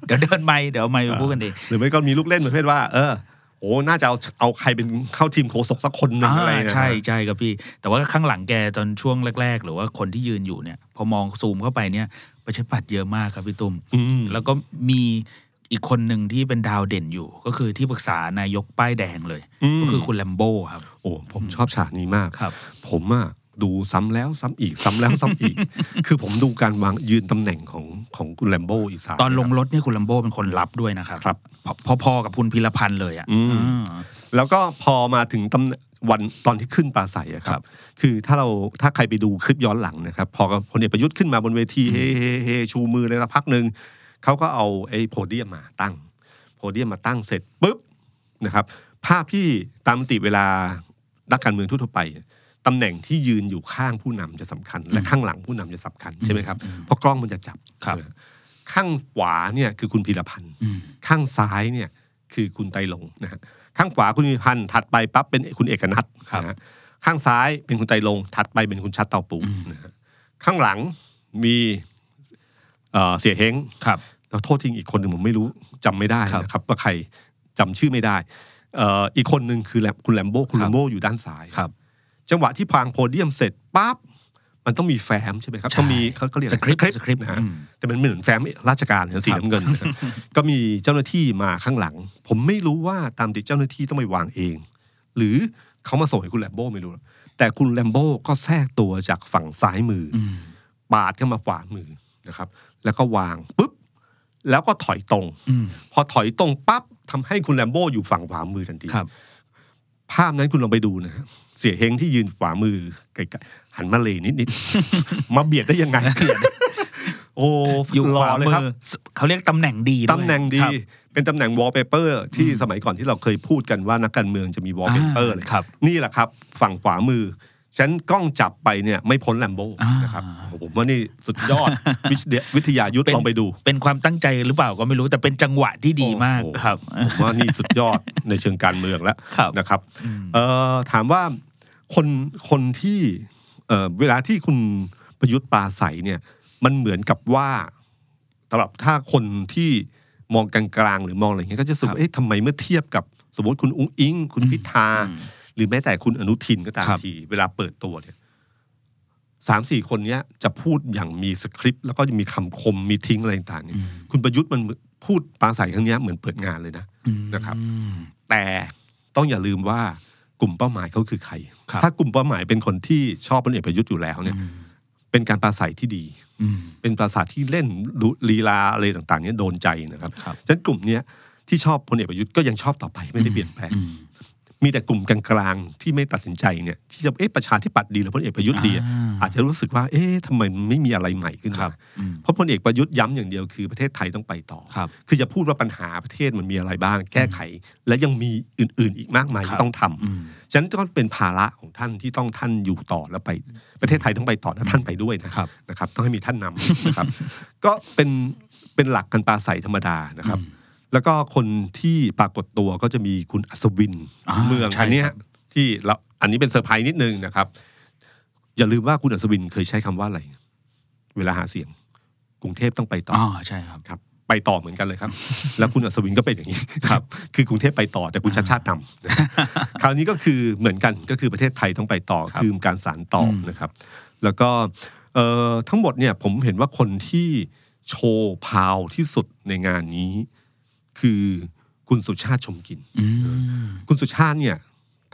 S3: เดี๋ยวเดินไม้เดี๋ยวเอาไม้ไปพูดกันเอง
S2: หรือไม่ก็มีลูกเล่นประเภทว่า เออโอ้น่าจะเอาเอาใครเป็นเข้าทีมโคศกสักคนหนึ่งอะไรอย่าง
S3: อ่า
S2: เงี้ย
S3: ใช่
S2: นะ
S3: ใช่ครับพี่ แต่ว่าข้างหลังแกตอนช่วงแรก ๆ หรือว่าคนที่ยืนอยู่เนี่ย พอมองซูมเข้าไปเนี่ยประชาธิปัดเยอะมากครับพี่ตุ้ม
S2: อืม
S3: แล้วก็มีอีกคนหนึ่งที่เป็นดาวเด่นอยู่ ก็คือที่ปรึกษานายกป้ายแดงเลย
S2: ม
S3: ก็คือคุณแลมโบ้ครับ
S2: โอ้ผมชอบฉากนี้มาก
S3: ครับ
S2: ผมอะดูซ้ำแล้วซ้ำอีกซ้ำแล้วซ้ำอีก คือผมดูการวางยืนตำแหน่งของของคุณแลมโบอีสาน
S3: ตอนลงรถเนี่ยคุณแลมโบ้เป็นคนรับด้วยนะครับ
S2: ครับ
S3: พอพอๆกับคุณพิรพันธ์เลยอ่ะ
S2: อืม
S3: อ่า
S2: แล้วก็พอมาถึงตำแหน่งวันตอนที่ขึ้นปราศัยอะค
S3: ครั
S2: รับ บ คือถ้าเราถ้าใครไปดูคลิปย้อนหลังนะครับ พอพลเอกประยุทธ์ขึ้นมาบนเวทีเฮเฮเฮชูมือเลยละพักหนึ่งเขาก็เอาไอ้โพเดียมมาตั้ง โพเดียมมาตั้งเสร็จปุ๊บนะครับ ภาพที่ตามปกติเวลานักการเมืองทั่วๆไปตำแหน่งที่ยืนอยู่ข้างผู้นำจะสำคัญ และข้างหลังผู้นำจะสำคัญใช่ไหมครับเพราะกล้องมันจะจับ
S3: ครับ
S2: ข้างขวาเนี่ยคือคุณพีรพันธ์
S3: อืม
S2: ข้างซ้ายเนี่ยคือคุณไตรลงค์นะฮะข้างขวาคุณวิพันธ์ถัดไปปั๊บเป็นคุณเอกนัท
S3: ครับ
S2: นะฮะข้างซ้ายเป็นคุณไตรลงค์ถัดไปเป็นคุณชัดเตาปู
S3: อืม
S2: นะฮะข้างหลังมีเอ่อเสียเฮง
S3: ครับ
S2: แล้วโทษทิ้งอีกคนหนึ่งผมไม่รู้จำไม่ได้
S3: ครับ
S2: นะครับว่าใครจำชื่อไม่ได้เอ่ออีกคนหนึ่งคือแลมคุณแลมโบคุณ
S3: ครั
S2: แล
S3: บ
S2: มโบอยู่ด้านซ้าย
S3: ครับ
S2: จังหวะที่พางโพเดียมเสร็จปั๊บมันต้องมีแฟ้มใช่ไหมครับ
S3: ใช่
S2: ต้องมีเขาเขาเรียก
S3: ส
S2: อะไ
S3: คริปต์สคริปต์
S2: นะฮะ
S3: อืม
S2: แต่มันเหมือนแฟ้มราชการเหมือนสี
S3: ครับ
S2: น้ำเงิน (laughs) นะครับ ก็มีเจ้าหน้าที่มาข้างหลัง ผมไม่รู้ว่าตามติเจ้าหน้าที่ต้องไปวางเอง หรือเขามาส่งให้คุณแลมโบ้ไม่รู้ แต่คุณแลมโบ้ก็แทรกตัวจากฝั่งซ้ายมืออ
S3: อืม
S2: ปาดเข้ามาขวามือนะครับ แล้วก็วางปุ๊บแล้วก็ถอยตรง
S3: อืม
S2: พอถอยตรงปั๊บทำให้คุณแลมโบ้อยู่ฝั่งขวามือทันที
S3: ครับ
S2: ภาพนั้นคุณลองไปดูนะฮะเสียเฮงที่ยืนขวามือไกลๆหันมาเลนิด
S3: (laughs)
S2: ๆ มาเบียดได้ยังไง โอ้
S3: อยู่
S2: ห
S3: ข
S2: ล่
S3: วา
S2: อเลย
S3: มื
S2: ครับ
S3: อเขาเรียกตำแหน่งดีด้วย
S2: ตำแหน่งดี
S3: ครับ
S2: เป็นตำแหน่งวอลเปเปอร์ที่สมัยก่อนที่เราเคยพูดกันว่านักการเมืองจะมีวอลเปเปอร์
S3: อ่าครับ
S2: นี่แหละครับ ฝั่งขวามือ ฉันกล้องจับไปเนี่ยไม่พ้นแลมโบ
S3: อ่าน
S2: นะครับโอ้โหผมว่านี่สุดยอด วิทยาวิทยายุทธ
S3: เป็น
S2: ลองไปดู
S3: เป็นความตั้งใจหรือเปล่าก็ไม่รู้แต่เป็นจังหวะที่ดีมาก
S2: โอ้โห
S3: ครับ
S2: ผมว่านี่สุดยอด ในเชิงการเมืองแล้ว
S3: ครับ
S2: นะครับ
S3: อืม
S2: เอ่อถามว่าคนคนที่เอ่อเวลาที่คุณประยุทธ์ปราศัยเนี่ย มันเหมือนกับว่าสำหรับถ้าคนที่มองกลางๆหรือมองอะไรอย่างเงี้ยก็จะรู้สึก
S3: ครับ
S2: ว่าเอ๊ะทำไมเมื่อเทียบกับสมมติคุณอุ้งอิง คุณ
S3: อืม
S2: พิธา
S3: อืม
S2: หรือแม้แต่คุณอนุทินก็ตาม
S3: ครับ
S2: ที เวลาเปิดตัวเนี่ยสามสี่คนเนี้ยจะพูดอย่างมีสคริปต์แล้วก็จะมีคำคมมีทิ้งอะไรต่างๆเนี่ย
S3: อืม
S2: คุณประยุทธ์มันพูดปราศัยครั้งเนี้ยเหมือนเปิดงานเลยนะ นะครับ แต่ต้องอย่าลืมว่ากลุ่มเป้าหมายเขาคือใคร
S3: ครับ
S2: ถ้ากลุ่มเป้าหมายเป็นคนที่ชอบพลเอกประยุทธ์อยู่แล้วเนี่ย
S3: อืม
S2: เป็นการปราศัยที่ดี
S3: อืม
S2: เป็นปราศัยที่เล่นลุลีลาอะไรต่างๆเนี่ยโดนใจนะครับ
S3: ครับ
S2: ฉะนั้นกลุ่มเนี้ยที่ชอบพลเอกประยุทธ์ก็ยังชอบต่อไปไม่ได้เปลี่ยนแปลง
S3: อืม
S2: มีแต่กลุ่มกลางๆที่ไม่ตัดสินใจเนี่ยที่จะเอ๊ะประชาธิปัตย์ดีหรือพลเอกประยุทธ์ดีอะอาจจะรู้สึกว่า เอ๊ะทำไมมันไม่มีอะไรใหม่ขึ้นมา
S3: ครับอืม
S2: เพราะพลเอกประยุทธ์ย้ำอย่างเดียวคือประเทศไทยต้องไปต่อ
S3: ครับ
S2: คือจะพูดว่าปัญหาประเทศมันมีอะไรบ้าง แก้ไข และยังมีอื่น ๆ อีกมากมาย
S3: ครั
S2: ที่
S3: บ
S2: ต้องทำ
S3: อืม
S2: ฉะนั้นก็เป็นภาระของท่านที่ต้องท่านอยู่ต่อแล้วไป ประเทศไทยต้องไปต่อและท่านไปด้วยนะ
S3: ครับ
S2: นะครับต้องให้มีท่านนำนะครับ ก็เป็นเป็นหลักกันปลาใสธรรมดานะครับ แล้วก็คนที่ปรากฏตัวก็จะมีคุณอัศวิน
S3: อ่า
S2: เมือง
S3: ใช่
S2: อันเนี้ย
S3: ครับ
S2: ที่เราอันนี้เป็นเซอร์ไพรส์นิดนึงนะครับ อย่าลืมว่าคุณอัศวินเคยใช้คำว่าอะไร เวลาหาเสียง กรุงเทพต้องไปต่อ
S3: อ๋
S2: อ
S3: อใช่ครับ
S2: ครับ ไปต่อเหมือนกันเลยครับ (laughs) แล้วคุณอัศวินก็เป็นอย่างนี้ (laughs) ครับ คือกรุงเทพไปต่อแต่คุณชาติชาตินำนะครับคราวนี้ก็คือเหมือนกันก็คือประเทศไทยต้องไปต่อ
S3: ครับ
S2: คือการสานต่ออนะครับ แล้วก็เอ่อทั้งหมดเนี่ยผมเห็นว่าคนที่โชว์พาวที่สุดในงานนี้ คือคุณสุชาติชมกิน
S3: อืม
S2: คุณสุชาติเนี่ย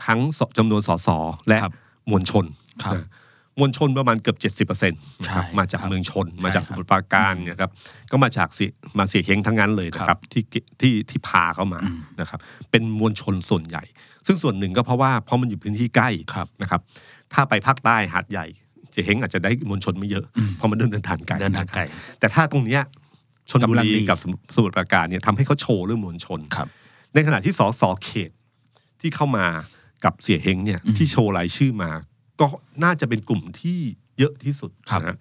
S2: ทั้งสจำนวนสสและ
S3: ครับ
S2: มวลชน
S3: ครับ
S2: นะมวลชนประมาณเกือบ 70%นะครับ
S3: ใช่
S2: มาจาก
S3: ครับ
S2: เมืองชน
S3: ใช่
S2: มาจาก
S3: ค
S2: ส
S3: รับ
S2: มุทรปราการเนี่ยครับก็มาจากเสียมาเสียเฮงทั้งนั้นเลยนะค
S3: ครั
S2: รับบ ที่เกที่ที่พาเข้ามา
S3: อืม
S2: นะครับ เป็นมวลชนส่วนใหญ่ ซึ่งส่วนหนึ่งก็เพราะว่าเพราะมันอยู่พื้นที่ใกล้
S3: ครับ
S2: นะครับถ้าไปภาคใต้หาดใหญ่เสียเฮงอาจจะได้มวลชนไม่เยอะ
S3: อืม
S2: เพราะมันเดินเดินทางไกล
S3: เดินทางไกล
S2: แต่ถ้าตรงเนี้ยชนบุ
S3: กำลัง
S2: รี
S3: ดี
S2: กับสมุสมุทรปราการเนี่ยทำให้เขาโชว์เรื่องมวลชน
S3: ครับ
S2: ในขณะที่สสเขตที่เข้ามากับเสียเฮงเนี่ย
S3: อืม
S2: ที่โชว์รายชื่อมา ก็น่าจะเป็นกลุ่มที่เยอะที่สุด
S3: ครับ
S2: นะฮะ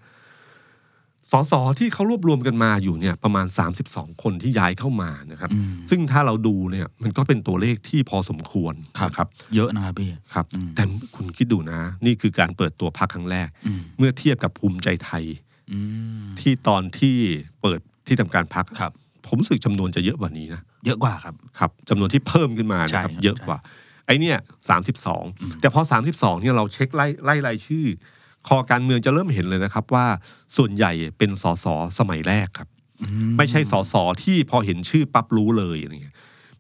S2: สสที่เขารวบรวมกันมาอยู่เนี่ยประมาณ 32 คนที่ย้ายเข้ามานะครับ
S3: อืม
S2: ซึ่งถ้าเราดูเนี่ยมันก็เป็นตัวเลขที่พอสมควร
S3: ครับ
S2: นะครับ
S3: เยอะนะครับพี่
S2: ครับ
S3: อืม
S2: แต่คุณคิดดูนะ นี่คือการเปิดตัวพรรคครั้งแรก
S3: อืม
S2: เมื่อเทียบกับภูมิใจไทย
S3: อืม
S2: ที่ตอนที่เปิดที่ทำการพรรค
S3: ครับ
S2: ผมรู้สึกจำนวนจะเยอะกว่านี้นะ
S3: เยอะกว่าครับ
S2: ครับจำนวนที่เพิ่มขึ้นมานะครับ
S3: ใช่ครับ
S2: เยอะกว่า ไอเนี่ยสามสิบสองแต่พอสามสิบสองเนี่ยเราเช็คไล่ไล่รายชื่อ คอการเมืองจะเริ่มเห็นเลยนะครับว่าส่วนใหญ่เป็นสสสมัยแรกครับ ไม่ใช่สสที่พอเห็นชื่อปั๊บรู้เลยอะไรเงี้ย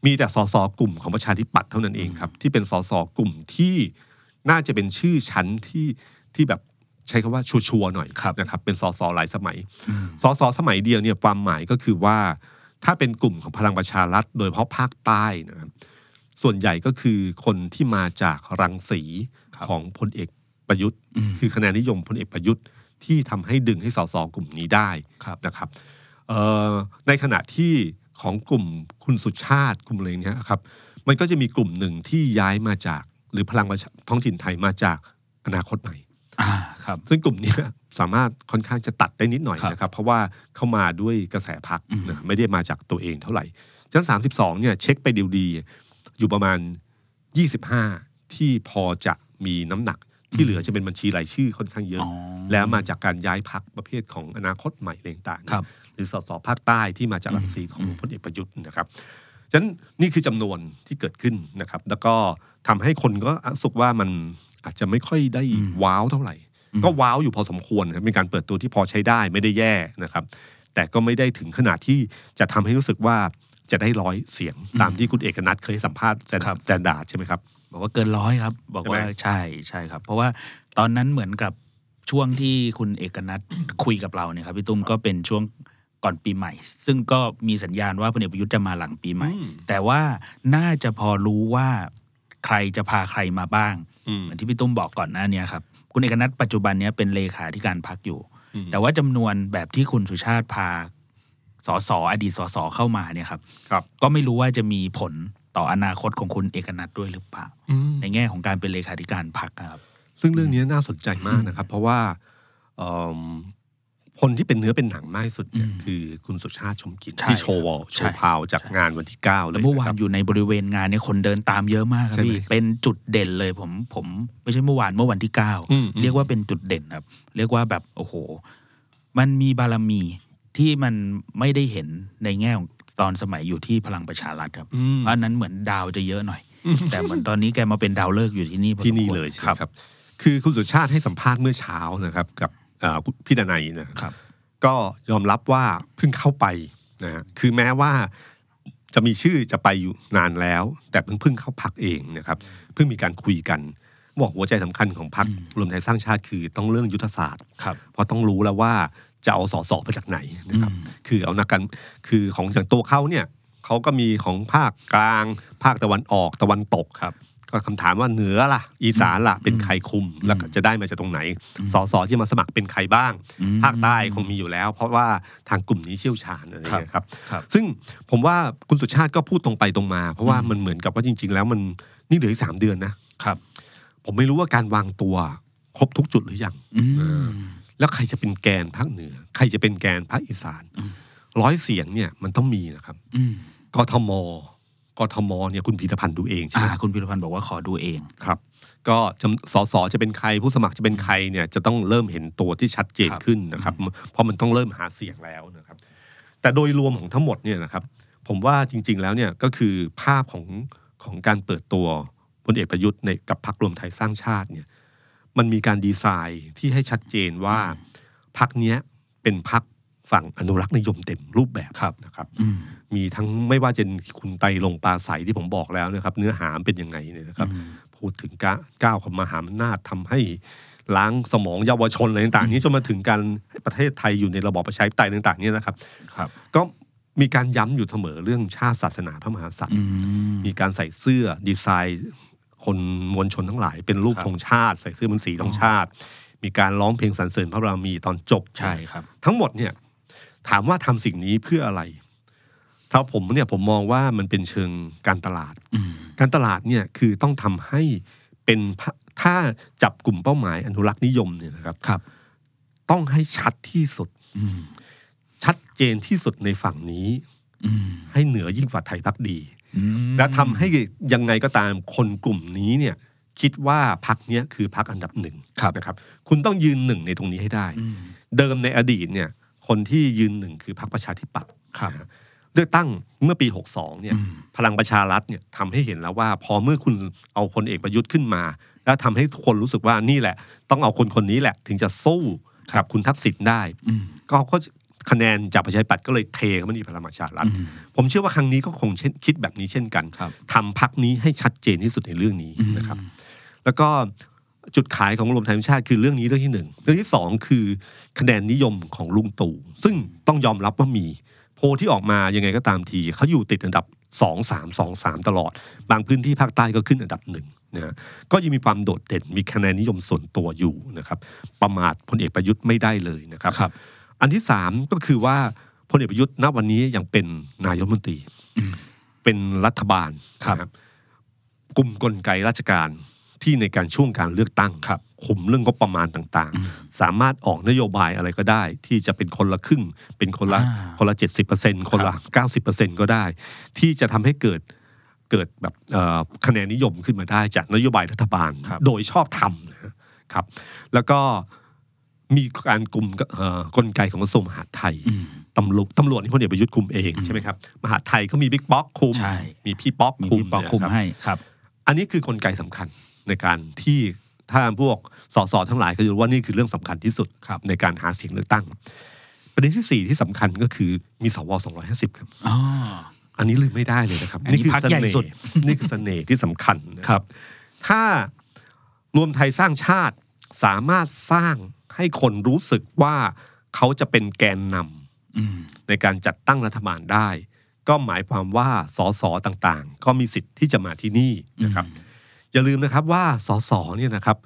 S2: มีแต่สสกลุ่มของประชาธิปัตย์เท่านั้นเองครับ ที่เป็นสสกลุ่มที่น่าจะเป็นชื่อชั้นที่ที่แบบใช้คำว่าชัวร์ๆหน่อย
S3: ครับ
S2: นะครับ เป็นสสหลายสมัย
S3: อืม
S2: สสสมัยเดียวเนี่ยความหมายก็คือว่า ถ้าเป็นกลุ่มของพลังประชารัฐ โดยเฉพาะภาคใต้นะครับส่วนใหญ่ก็คือคนที่มาจากรังสีของพลเอกประยุทธ์
S3: อืม
S2: คือคะแนนนิยมพลเอกประยุทธ์ที่ทำให้ดึงให้สสกลุ่มนี้ได้
S3: ครับ
S2: นะครับเอ่อในขณะที่ของกลุ่มคุณสุชาติกลุ่มอะไรเนี้ยครับมันก็จะมีกลุ่มหนึ่งที่ย้ายมาจากหรือพลังประชาท้องถิ่นไทยมาจากอนาคตใหม่
S3: อ่าครับ
S2: ซึ่งกลุ่มเนี้ยสามารถค่อนข้างจะตัดได้นิดหน่อย
S3: ครับ
S2: นะครับเพราะว่าเข้ามาด้วยกระแสพัก
S3: อืม
S2: นะไม่ได้มาจากตัวเองเท่าไหร่ฉะนั้นสามสิบสองเนี่ยเช็คไปดีๆอยู่ประมาณยี่สิบห้าที่พอจะมีน้ำหนักที่เหลือจะเป็นบัญชีรายชื่อค่อนข้างเยอะ
S3: อ๋อ
S2: แล้วมาจากการย้ายพักประเภทของอนาคตใหม่อะไรต่างๆ
S3: ครับ
S2: หรือสสภาคใต้ที่มาจากรังสีของ
S3: อืม
S2: พลเอกประยุทธ์นะครับ ฉะนั้นนี่คือจำนวนที่เกิดขึ้นนะครับ แล้วก็ทำให้คนก็รู้สุกว่ามันอาจจะไม่ค่อยได้ว้าวเท่าไหร่ ก็ว้าวอยู่พอสมควรนะครับเป็นการเปิดตัวที่พอใช้ได้ไม่ได้แย่นะครับ แต่ก็ไม่ได้ถึงขนาดที่จะทำให้รู้สึกว่าจะได้ร้อยเสียงตามที่คุณเอกนัทเคยให้สัมภาษณ์แซน
S3: ครับ
S2: แซนดาร์ดใช่ไหมครับ
S3: บอกว่าเกินร้อยครับ บอกว่า
S2: ใช่ไหม
S3: ใช่ใช่ครับ เพราะว่าตอนนั้นเหมือนกับช่วงที่คุณเอกนัท คุยกับเราเนี่ยครับพี่ตุ้มก็เป็นช่วงก่อนปีใหม่ ซึ่งก็มีสัญญาณว่าพลเอกประยุทธ์จะมาหลังปีใหม่
S2: อืม
S3: แต่ว่าน่าจะพอรู้ว่าใครจะพาใครมาบ้าง
S2: อืม
S3: เหมือนที่พี่ตุ้มบอกก่อนหน้าเนี้ยครับ คุณเอกนัทปัจจุบันเนี้ยเป็นเลขาธิการพักอยู่
S2: อืม
S3: แต่ว่าจำนวนแบบที่คุณสุชาติพาสสอดีตสสเข้ามาเนี่ยครับ
S2: ครับ
S3: ก็ไม่รู้ว่าจะมีผลต่ออนาคตของคุณเอกนัทด้วยหรือเปล่า ในแง่ของการเป็นเลขาธิการพรรคครับ
S2: ซึ่งเรื่องนี้น่าสนใจมากนะครับ เพราะว่าเอิ่มคนที่เป็นเนื้อเป็นหนังมากที่สุดเนี่ย
S3: อืม
S2: คือคุณสุชาติชมกิน
S3: ใช่
S2: ที่โชว์วอล
S3: ครับ
S2: โช
S3: ใช่
S2: ว์พาวจากงานวันที่ 9 เล
S3: แล้
S2: ยว
S3: เมื่อ
S2: ะ
S3: วา
S2: คน รับ
S3: อยู่ในบริเวณงานเนี่ยคนเดินตามเยอะมากครับ
S2: ใช่ไหม
S3: พี่เป็นจุดเด่นเลยผมผมไม่ใช่เมื่อวานเมื่อวันที่เก้า
S2: อืมอืม
S3: เรียกว่าเป็นจุดเด่นครับ เรียกว่าแบบโอ้โห มันมีบารมีที่มันไม่ได้เห็นในแง่ของตอนสมัยอยู่ที่พลังประชารัฐครับ
S2: อืม
S3: เพราะอันนั้นเหมือนดาวจะเยอะหน่อย แต่เหมือนตอนนี้แกมาเป็นดาวเลิกษ์อยู่ที่นี่พอสมควร
S2: ที่นี่เลยใช่ไหมครับ คือคุณสุชาติให้สัมภาษณ์เมื่อเช้านะครับ กับอ่าคุณพี่ดนัยนะครับ
S3: ครับ
S2: ก็ยอมรับว่าเพิ่งเข้าไปนะฮะคือแม้ว่าจะมีชื่อจะไปอยู่นานแล้ว แต่เพิ่งเพิ่งเข้าพักเองนะครับ เพิ่งมีการคุยกันบอกหัวใจสำคัญของพัก
S3: อืม
S2: รวมไทยสร้างชาติคือต้องเรื่องยุทธศาสตร์
S3: ครับ
S2: เพราะต้องรู้แล้วว่าจะเอาสอสอมาจากไหนนะครับ
S3: อืม
S2: คือเอานักการคือของอย่างตัวเขาเนี่ยเขาก็มีของภาคกลาง ภาคตะวันออกตะวันตก
S3: ครับ
S2: ก็คำถามว่าเหนือล่ะ อีสานล่ะ เป็นใครคุมแล้วก็จะได้มาจากตรงไหนสสที่มาสมัครเป็นใครบ้าง
S3: อืม
S2: ภาคใต้คงมีอยู่แล้ว เพราะว่าทางกลุ่มนี้เชี่ยวชาญอะไรอย่างเงี้ยครับ
S3: ครับ
S2: ซึ่งผมว่าคุณสุชาติก็พูดตรงไปตรงมา เพราะว่ามันเหมือนกับว่าจริง ๆ แล้วมันนี่เหลืออีกสามเดือนนะครับ ผมไม่รู้ว่าการวางตัวครบทุกจุดหรือยัง
S3: อืม
S2: แล้วใครจะเป็นแกนภาคเหนือ ใครจะเป็นแกนภาคอีสาน
S3: อืม
S2: ร้อยเสียงเนี่ยมันต้องมีนะครับ
S3: อืม
S2: กทมกทมเนี่ยคุณพีรพันธ์ดูเองใช่
S3: อ่า
S2: ไหม
S3: คุณพิรพันธ์บอกว่าขอดูเอง
S2: ครับก็จำสสจะเป็นใครผู้สมัครจะเป็นใครเนี่ยจะต้องเริ่มเห็นตัวที่ชัดเจน
S3: ครับ
S2: ขึ้นนะครับ เพราะมันต้องเริ่มหาเสียงแล้วนะครับ แต่โดยรวมของทั้งหมดเนี่ยนะครับ ผมว่าจริง ๆ แล้วเนี่ยก็คือภาพของของการเปิดตัวพลเอกประยุทธ์ในกับพรรครวมไทยสร้างชาติเนี่ยมันมีการดีไซน์ที่ให้ชัดเจนว่าพรรคเนี้ยเป็นพรรคฝั่งอนุรักษ์นิยมเต็มรูปแบบ
S3: ครับ
S2: นะครับ
S3: อืม
S2: มีทั้งไม่ว่าจะเป็นคุณไตรลงปลาใสที่ผมบอกแล้วนะครับ เนื้อหามันเป็นยังไงเนี่ยนะครับ
S3: อืม
S2: พูดถึงการก้าวของมหาอำนาจทำให้ล้างสมองเยาวชนอะไรต่างๆ นี้จนมาถึงการให้ประเทศไทยอยู่ในระบอบประชาธิปไตยต่างๆ เนี่ยนะครับ
S3: ครับ
S2: ก็มีการย้ำอยู่เสมอเรื่องชาติศาสนาพระมหากษัตริ
S3: อื
S2: ย์
S3: ม
S2: มีการใส่เสื้อดีไซน์ คนมวลชนทั้งหลาย เป็นรูป
S3: ครับ
S2: ธงชาติ ใส่เสื้อเป็นสีธงชาติ มีการร้องเพลงสรรเสริญพระบารมีตอนจบ
S3: ใช่ครับ
S2: ทั้งหมดเนี่ยถามว่าทำสิ่งนี้เพื่ออะไร ถ้าผมเนี่ยผมมองว่ามันเป็นเชิงการตลาด
S3: อืม
S2: การตลาดเนี่ยคือต้องทำให้เป็นพะถ้าจับกลุ่มเป้าหมายอนุรักษ์นิยมเนี่ยนะครับ
S3: ครับ
S2: ต้องให้ชัดที่สุด
S3: อืม
S2: ชัดเจนที่สุดในฝั่งนี้
S3: อืม
S2: ให้เหนือยิ่งกว่าไทยพักดี
S3: อืม
S2: และทำให้ยังไงก็ตามคนกลุ่มนี้เนี่ยคิดว่าพักเนี้ยคือพักอันดับหนึ่ง
S3: ครับ
S2: นะครับ คุณต้องยืนหนึ่งในตรงนี้ให้ได้
S3: อืม
S2: เดิมในอดีตเนี่ย คนที่ยืนหนึ่งคือพรรคประชาธิปัตย์
S3: ครับ
S2: นะฮะเลือกตั้งเมื่อปี 62เนี่ย
S3: อืม
S2: พลังประชารัฐเนี่ยทำให้เห็นแล้วว่า พอเมื่อคุณเอาพลเอกประยุทธ์ขึ้นมา แล้วทำให้ทุกคนรู้สึกว่านี่แหละ ต้องเอาคนคนนี้แหละ ถึงจะสู้กับคุณทักษิณได้
S3: อืม
S2: ก็เขาก็คะแนนจากประชาธิปัตย์ก็เลยเทเข้ามาที่พลังประชารัฐ
S3: อืม
S2: ผมเชื่อว่าครั้งนี้ก็คงเช่นคิดแบบนี้เช่นกัน
S3: ครับ
S2: ทำพักนี้ให้ชัดเจนที่สุดในเรื่องนี้
S3: อืม
S2: นะครับ แล้วก็จุดขายของรวมไทยสร้างชาติคือเรื่องนี้เรื่องที่หนึ่งเรื่องที่สองคือคะแนนนิยมของลุงตู่ซึ่งต้องยอมรับว่ามี โพลที่ออกมายังไงก็ตามทีเขาอยู่ติดอันดับสองสามสองสามตลอด บางพื้นที่ภาคใต้ก็ขึ้นอันดับหนึ่งนะฮะก็ยังมีความโดดเด่นมีคะแนนนิยมส่วนตัวอยู่นะครับ ประมาทพลเอกประยุทธ์ไม่ได้เลยนะครับ
S3: ครับ
S2: อันที่สามก็คือว่าพลเอกประยุทธ์ณวันนี้ยังเป็นนายกรัฐมนตรี เป็นรัฐบาล
S3: ครับ
S2: นะกลุ่มกลไกราชการที่ในการช่วงการเลือกตั้ง
S3: ครับ
S2: คุมเรื่องงบประมาณต่างๆ สามารถออกนโยบายอะไรก็ได้ ที่จะเป็นคนละครึ่ง เป็นคนละ
S3: อ่า
S2: คนละเจ็ดสิบเปอร์เซ็นคนละเก้าสิบเปอร์เซ็นก็ได้ ที่จะทำให้เกิดเกิดแบบเอ่อคะแนนนิยมขึ้นมาได้จากนโยบายรัฐบาล
S3: ครับ
S2: โดยชอบทำนะครับ แล้วก็มีการกลุ่มก็เอ่อกลไกของกระทรวงมหาดไทย
S3: อืม
S2: ตำรวจตำรวจนี่พลเอกประยุทธ์คุมเอง
S3: อืม
S2: ใช่ไหมครับมหาดไทยเขามีบิ๊กป๊อกคุม
S3: ใช่
S2: มีพี่ป๊อก
S3: มี
S2: คุม
S3: พี่ปอกคุม
S2: นะครับ
S3: ให้ครับ
S2: อันนี้คือกลไกสำคัญในการที่ถ้าพวกสสทั้งหลายก็จะรู้ว่านี่คือเรื่องสำคัญที่สุด
S3: ครับ
S2: ในการหาเสียงเลือกตั้ง ประเด็นที่สี่ที่สำคัญก็คือมีสวสองร้อยห้าสิบครับ
S3: อ๋อ
S2: อันนี้ลืมไม่ได้เลยนะครับ
S3: อันนี้
S2: คื
S3: พรรคใหญ่สุด
S2: (laughs) นี่คือเสน่ห์ที่สำคัญนะค
S3: ครั
S2: รับ
S3: บ
S2: ถ้ารวมไทยสร้างชาติสามารถสร้างให้คนรู้สึกว่าเขาจะเป็นแกนนำ
S3: อืม
S2: ในการจัดตั้งรัฐบาลได้ ก็หมายความว่าสสต่างๆ ก็มีสิทธิ์ที่จะมาที่นี่นะครับอย่าลืมนะครับว่าสสเนี่ยนะครับ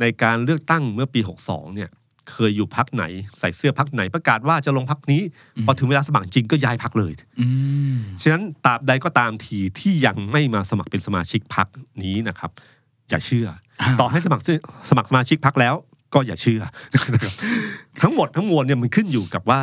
S2: ในการเลือกตั้งเมื่อปี 62เนี่ยเคยอยู่พักไหน ใส่เสื้อพักไหนประกาศว่าจะลงพักนี้
S3: อืม
S2: พอถึงเวลาสมัครจริงก็ย้ายพักเลย
S3: อืม
S2: ฉะนั้นตราบใดก็ตามทีที่ยังไม่มาสมัครเป็นสมาชิกพักนี้นะครับอย่าเชื่อ ต่อให้สมัครสสมัครสมาชิกพักแล้ว ก็อย่าเชื่อ (laughs) นะครับทั้งหมดทั้งมวลเนี่ยมันขึ้นอยู่กับว่า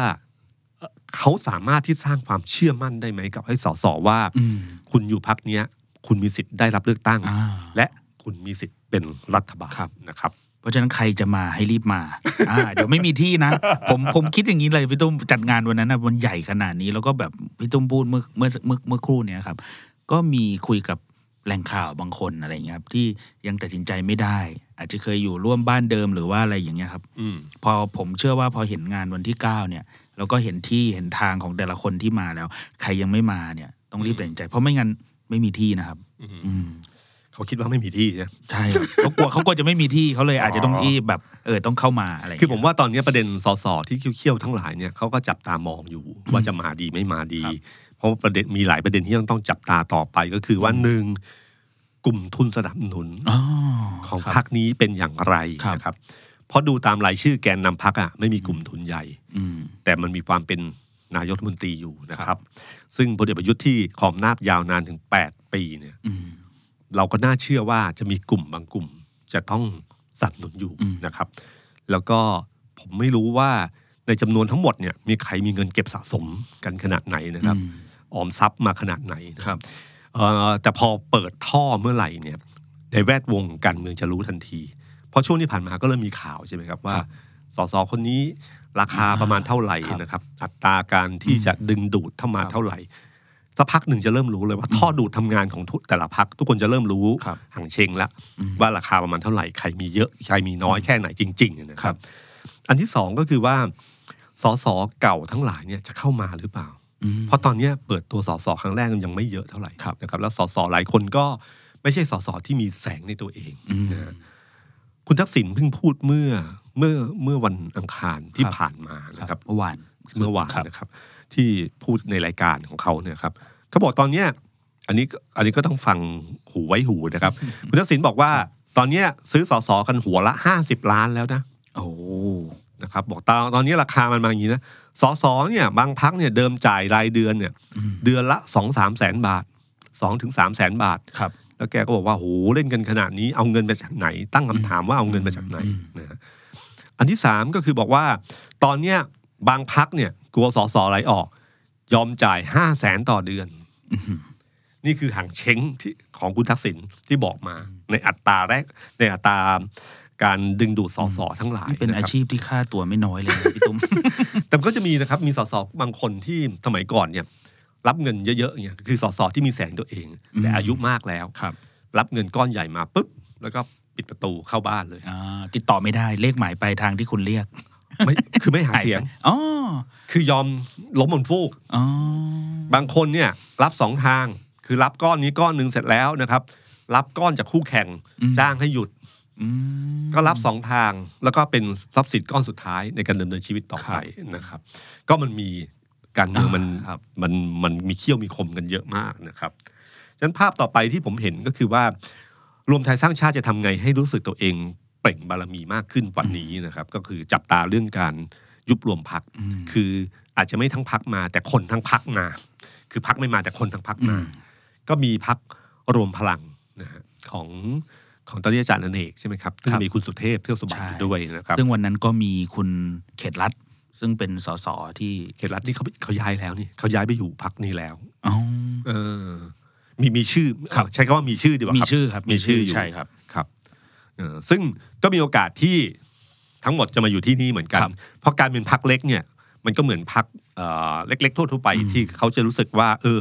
S2: เอ่อเขาสามารถที่สร้างความเชื่อมั่นได้ไหมกับให้สสว่า
S3: อืม
S2: คุณอยู่พักเนี้ย คุณมีสิทธิ์ได้รับเลือกตั้ง
S3: อ่า
S2: และคุณมีสิทธิ์เป็นรัฐบาล
S3: ครับ
S2: นะครับ
S3: เพราะฉะนั้นใครจะมาให้รีบมา อ่า เดี๋ยวไม่มีที่นะ ผมผมคิดอย่างนี้เลยพี่ตุ้มจัดงานวันนั้นนะมันใหญ่ขนาดนี้ แล้วก็แบบพี่ตุ้มพูดเมื่อเมื่อเมื่อเมื่อครู่เนี่ยครับ ก็มีคุยกับแหล่งข่าวบางคนอะไรอย่างเงี้ยครับที่ยังตัดสินใจไม่ได้ อาจจะเคยอยู่ร่วมบ้านเดิมหรือว่าอะไรอย่างเงี้ยครับ
S2: อืม
S3: พอผมเชื่อว่าพอเห็นงานวันที่ 9 เนี่ยแล้วก็เห็นที่เห็นทางของแต่ละคนที่มาแล้ว ใครยังไม่มาเนี่ย ต้องรีบ
S2: อืม
S3: ตัดสินใจ เพราะไม่งั้นไม่มีที่นะครับ
S2: อืม
S3: อืม
S2: เขาคิดว่าไม่มีที่ใช่ไหม
S3: ใช่ครับเขากลัวเขากลัวจะไม่มีที่เขาเลยอาจจะต้อง
S2: อ๋อ
S3: รีบแบบ เออต้องเข้ามาอะไรย่ง
S2: คือ
S3: เงี้
S2: ผ
S3: ย
S2: มว่าตอนนี้ประเด็นสสที่เคี้ยวๆทั้งหลายเนี่ยเขาก็จับตามองอยู่ว่าจะมาดีไม่มาดี
S3: ครับ
S2: เพราะว่าประเด็นมีหลายประเด็นที่ยังต้องจับตาต่อไปก็คือว่า
S3: อืม
S2: หนึ่งกลุ่มทุนสนับสนุน
S3: อ๋อ
S2: ของ
S3: ครับ
S2: พรรคนี้เป็นอย่างไร
S3: ครับ
S2: นะครับเพราะดูตามรายชื่อแกนนำพรรคอ่ะไม่มีกลุ่มทุนใหญ่
S3: อืม
S2: แต่มันมีความเป็นนายกรัฐมนตรีอยู่นะค
S3: ครั
S2: รับ
S3: บ
S2: ซึ่งพลเอกประยุทธ์ที่ขอมนาบยาวนานถึง 8 ปีเนี่ย
S3: อืม
S2: เราก็น่าเชื่อว่าจะมีกลุ่มบางกลุ่ม จะต้องสนับสนุนอยู่
S3: อืม
S2: นะครับ แล้วก็ผมไม่รู้ว่าในจำนวนทั้งหมดเนี่ยมีใครมีเงินเก็บสะสมกันขนาดไหนนะครับ
S3: อืม
S2: ออมทรัพย์มาขนาดไหนนะครับ เอ่อแต่พอเปิดท่อเมื่อไหร่เนี่ยในแวดวงการเมืองจะรู้ทันที เพราะช่วงที่ผ่านมาก็เริ่มมีข่าวใช่ไหมครับว่า
S3: ครับ
S2: สสคนนี้ราคาประมาณเท่าไหร่
S3: ครับ
S2: นะครับ อัตราการที่
S3: อืม
S2: จะดึงดูดเข้ามา
S3: ครับ
S2: เท่าไหร่สักพักหนึ่งจะเริ่มรู้เลยว่าท่อดูดทำงานของทุกแต่ละพักทุกคนจะเริ่มรู้
S3: ครับ
S2: ห่างเชงละ
S3: อืม
S2: ว่าราคาประมาณเท่าไหร่ใครมีเยอะใครมีน้อยแค่ไหนจริงๆนะค
S3: ครั
S2: รับ
S3: บ
S2: อันที่สองก็คือว่าสสเก่าทั้งหลายเนี่ยจะเข้ามาหรือเปล่า
S3: อืม
S2: เพราะตอนเนี้ยเปิดตัวสสครั้งแรกมันยังไม่เยอะเท่าไหร่
S3: ครับ
S2: นะครับ แล้วสสหลายคนก็ไม่ใช่สสที่มีแสงในตัวเอง
S3: อืม
S2: นะฮะคุณทักษิณเพิ่งพูดเมื่อเมื่อเมื่อวันอังคารที่
S3: ครับ
S2: ผ่านมานะ
S3: ค
S2: ค
S3: รั
S2: รั
S3: บบ เมื่อวาน
S2: เมื่อวาน
S3: ครับ
S2: นะครับ ที่พูดในรายการของเขาเนี่ยครับเขาบอกตอนเนี้ยอันนี้ก็อันนี้ก็ต้องฟังหูไว้หูนะครับ คุณทักษิณบอกว่าตอนเนี้ยซื้อสสกันหัวละห้าสิบล้านแล้วนะ
S3: โอ้โห
S2: นะครับบอกตอนตอนนี้ราคามันมาอย่างนี้นะสอสอเนี่ยบางพักเนี่ยเดิมจ่ายรายเดือนเนี่ย
S3: อืม
S2: เดือนละสองสามแสนบาทสองถึงสามแสนบาท
S3: ครับ
S2: แล้วแกก็บอกว่าโหเล่นกันขนาดนี้เอาเงินมาจากไหน ตั้งคำถามว่าเอาเงินมาจากไหน
S3: อืม
S2: นะฮะอันที่สามก็คือบอกว่า ตอนเนี้ยบางพักเนี่ยกลัวสอสอไหลออก ยอมจ่ายห้าแสนต่อเดือน นี่คือหางเช้งที่ของคุณทักษิณที่บอกมา ในอัตราแรกในอัตราการดึงดูดสอสอทั้งหลาย
S3: นี่เป็น
S2: นะค
S3: อา
S2: รับ
S3: ชีพที่ค่าตัวไม่น้อยเลยนะพี่
S2: (laughs)
S3: ตุ้ม
S2: แต่มันก็จะมีนะครับ มีสสบางคนที่สมัยก่อนเนี่ย รับเงินเยอะๆเนี่ยคือสสที่มีแสงตัวเอง
S3: อืม
S2: แต่อายุมากแล้ว
S3: ครับ
S2: รับเงินก้อนใหญ่มาปุ๊บ แล้วก็ปิดประตูเข้าบ้านเลย
S3: อ่าติดต่อไม่ได้เลขหมายไปลายทางที่คุณเรียก
S2: ไม่ (laughs) คือไม่หาเสียง
S3: ไปอ๋อ
S2: คือยอมล้มบนฟูก
S3: อ๋อบ
S2: างคนเนี่ย รับสองทาง คือรับก้อนนี้ก้อนหนึ่งเสร็จแล้วนะครับ รับก้อนจากคู่แข่งจ้างให้หยุด
S3: อืม
S2: ก็รับสองทางแล้วก็เป็นทรัพย์สินก้อนสุดท้ายในการดำเนินชีวิตต่อไปนะครับ ก็มันมีการเมืองมัน
S3: อ่าครับ
S2: มันมันมีเขี้ยวมีคมกันเยอะมากนะครับฉะนั้นภาพต่อไปที่ผมเห็นก็คือว่า รวมไทยสร้างชาติจะทำไงให้รู้สึกตัวเองเปล่งบารมีมากขึ้นกวันนี้นะครับ ก็คือจับตาเรื่องการยุบรวมพัก
S3: อืม
S2: คืออาจจะไม่ทั้งพักมา แต่คนทั้งพักมา คือพักไม่มาแต่คนทั้งพักมา
S3: อืม
S2: ก็มีพักรวมพลังนะฮะของของตอนนี้อาจารย์อเนกใช่ไหมครับซึ่งมีคุณสุเทพเทือกสมบัติอยู่ด้วยนะครับ
S3: ซึ่งวันนั้นก็มีคุณเขตรัฐซึ่งเป็นสสที่
S2: เขตรัฐนี่เขาเขาย้ายแล้วนี่เขาย้ายไปอยู่พักนี้แล้ว
S3: อ๋อ
S2: เออ มีมีชื่อ
S3: ครับ
S2: ใช้คำว่ามีชื่อดีกว่า
S3: มี
S2: ครับ
S3: ชื่อครับ
S2: มีชื่ออยู่
S3: ใช่ครับ
S2: ครับเออซึ่งก็มีโอกาสที่ทั้งหมดจะมาอยู่ที่นี่เหมือนกัน
S3: ครับ
S2: เพราะการเป็นพักเล็กเนี่ย มันก็เหมือนพักเล็กๆ ทั่วๆไป
S3: อืม
S2: ที่เขาจะรู้สึกว่า เออ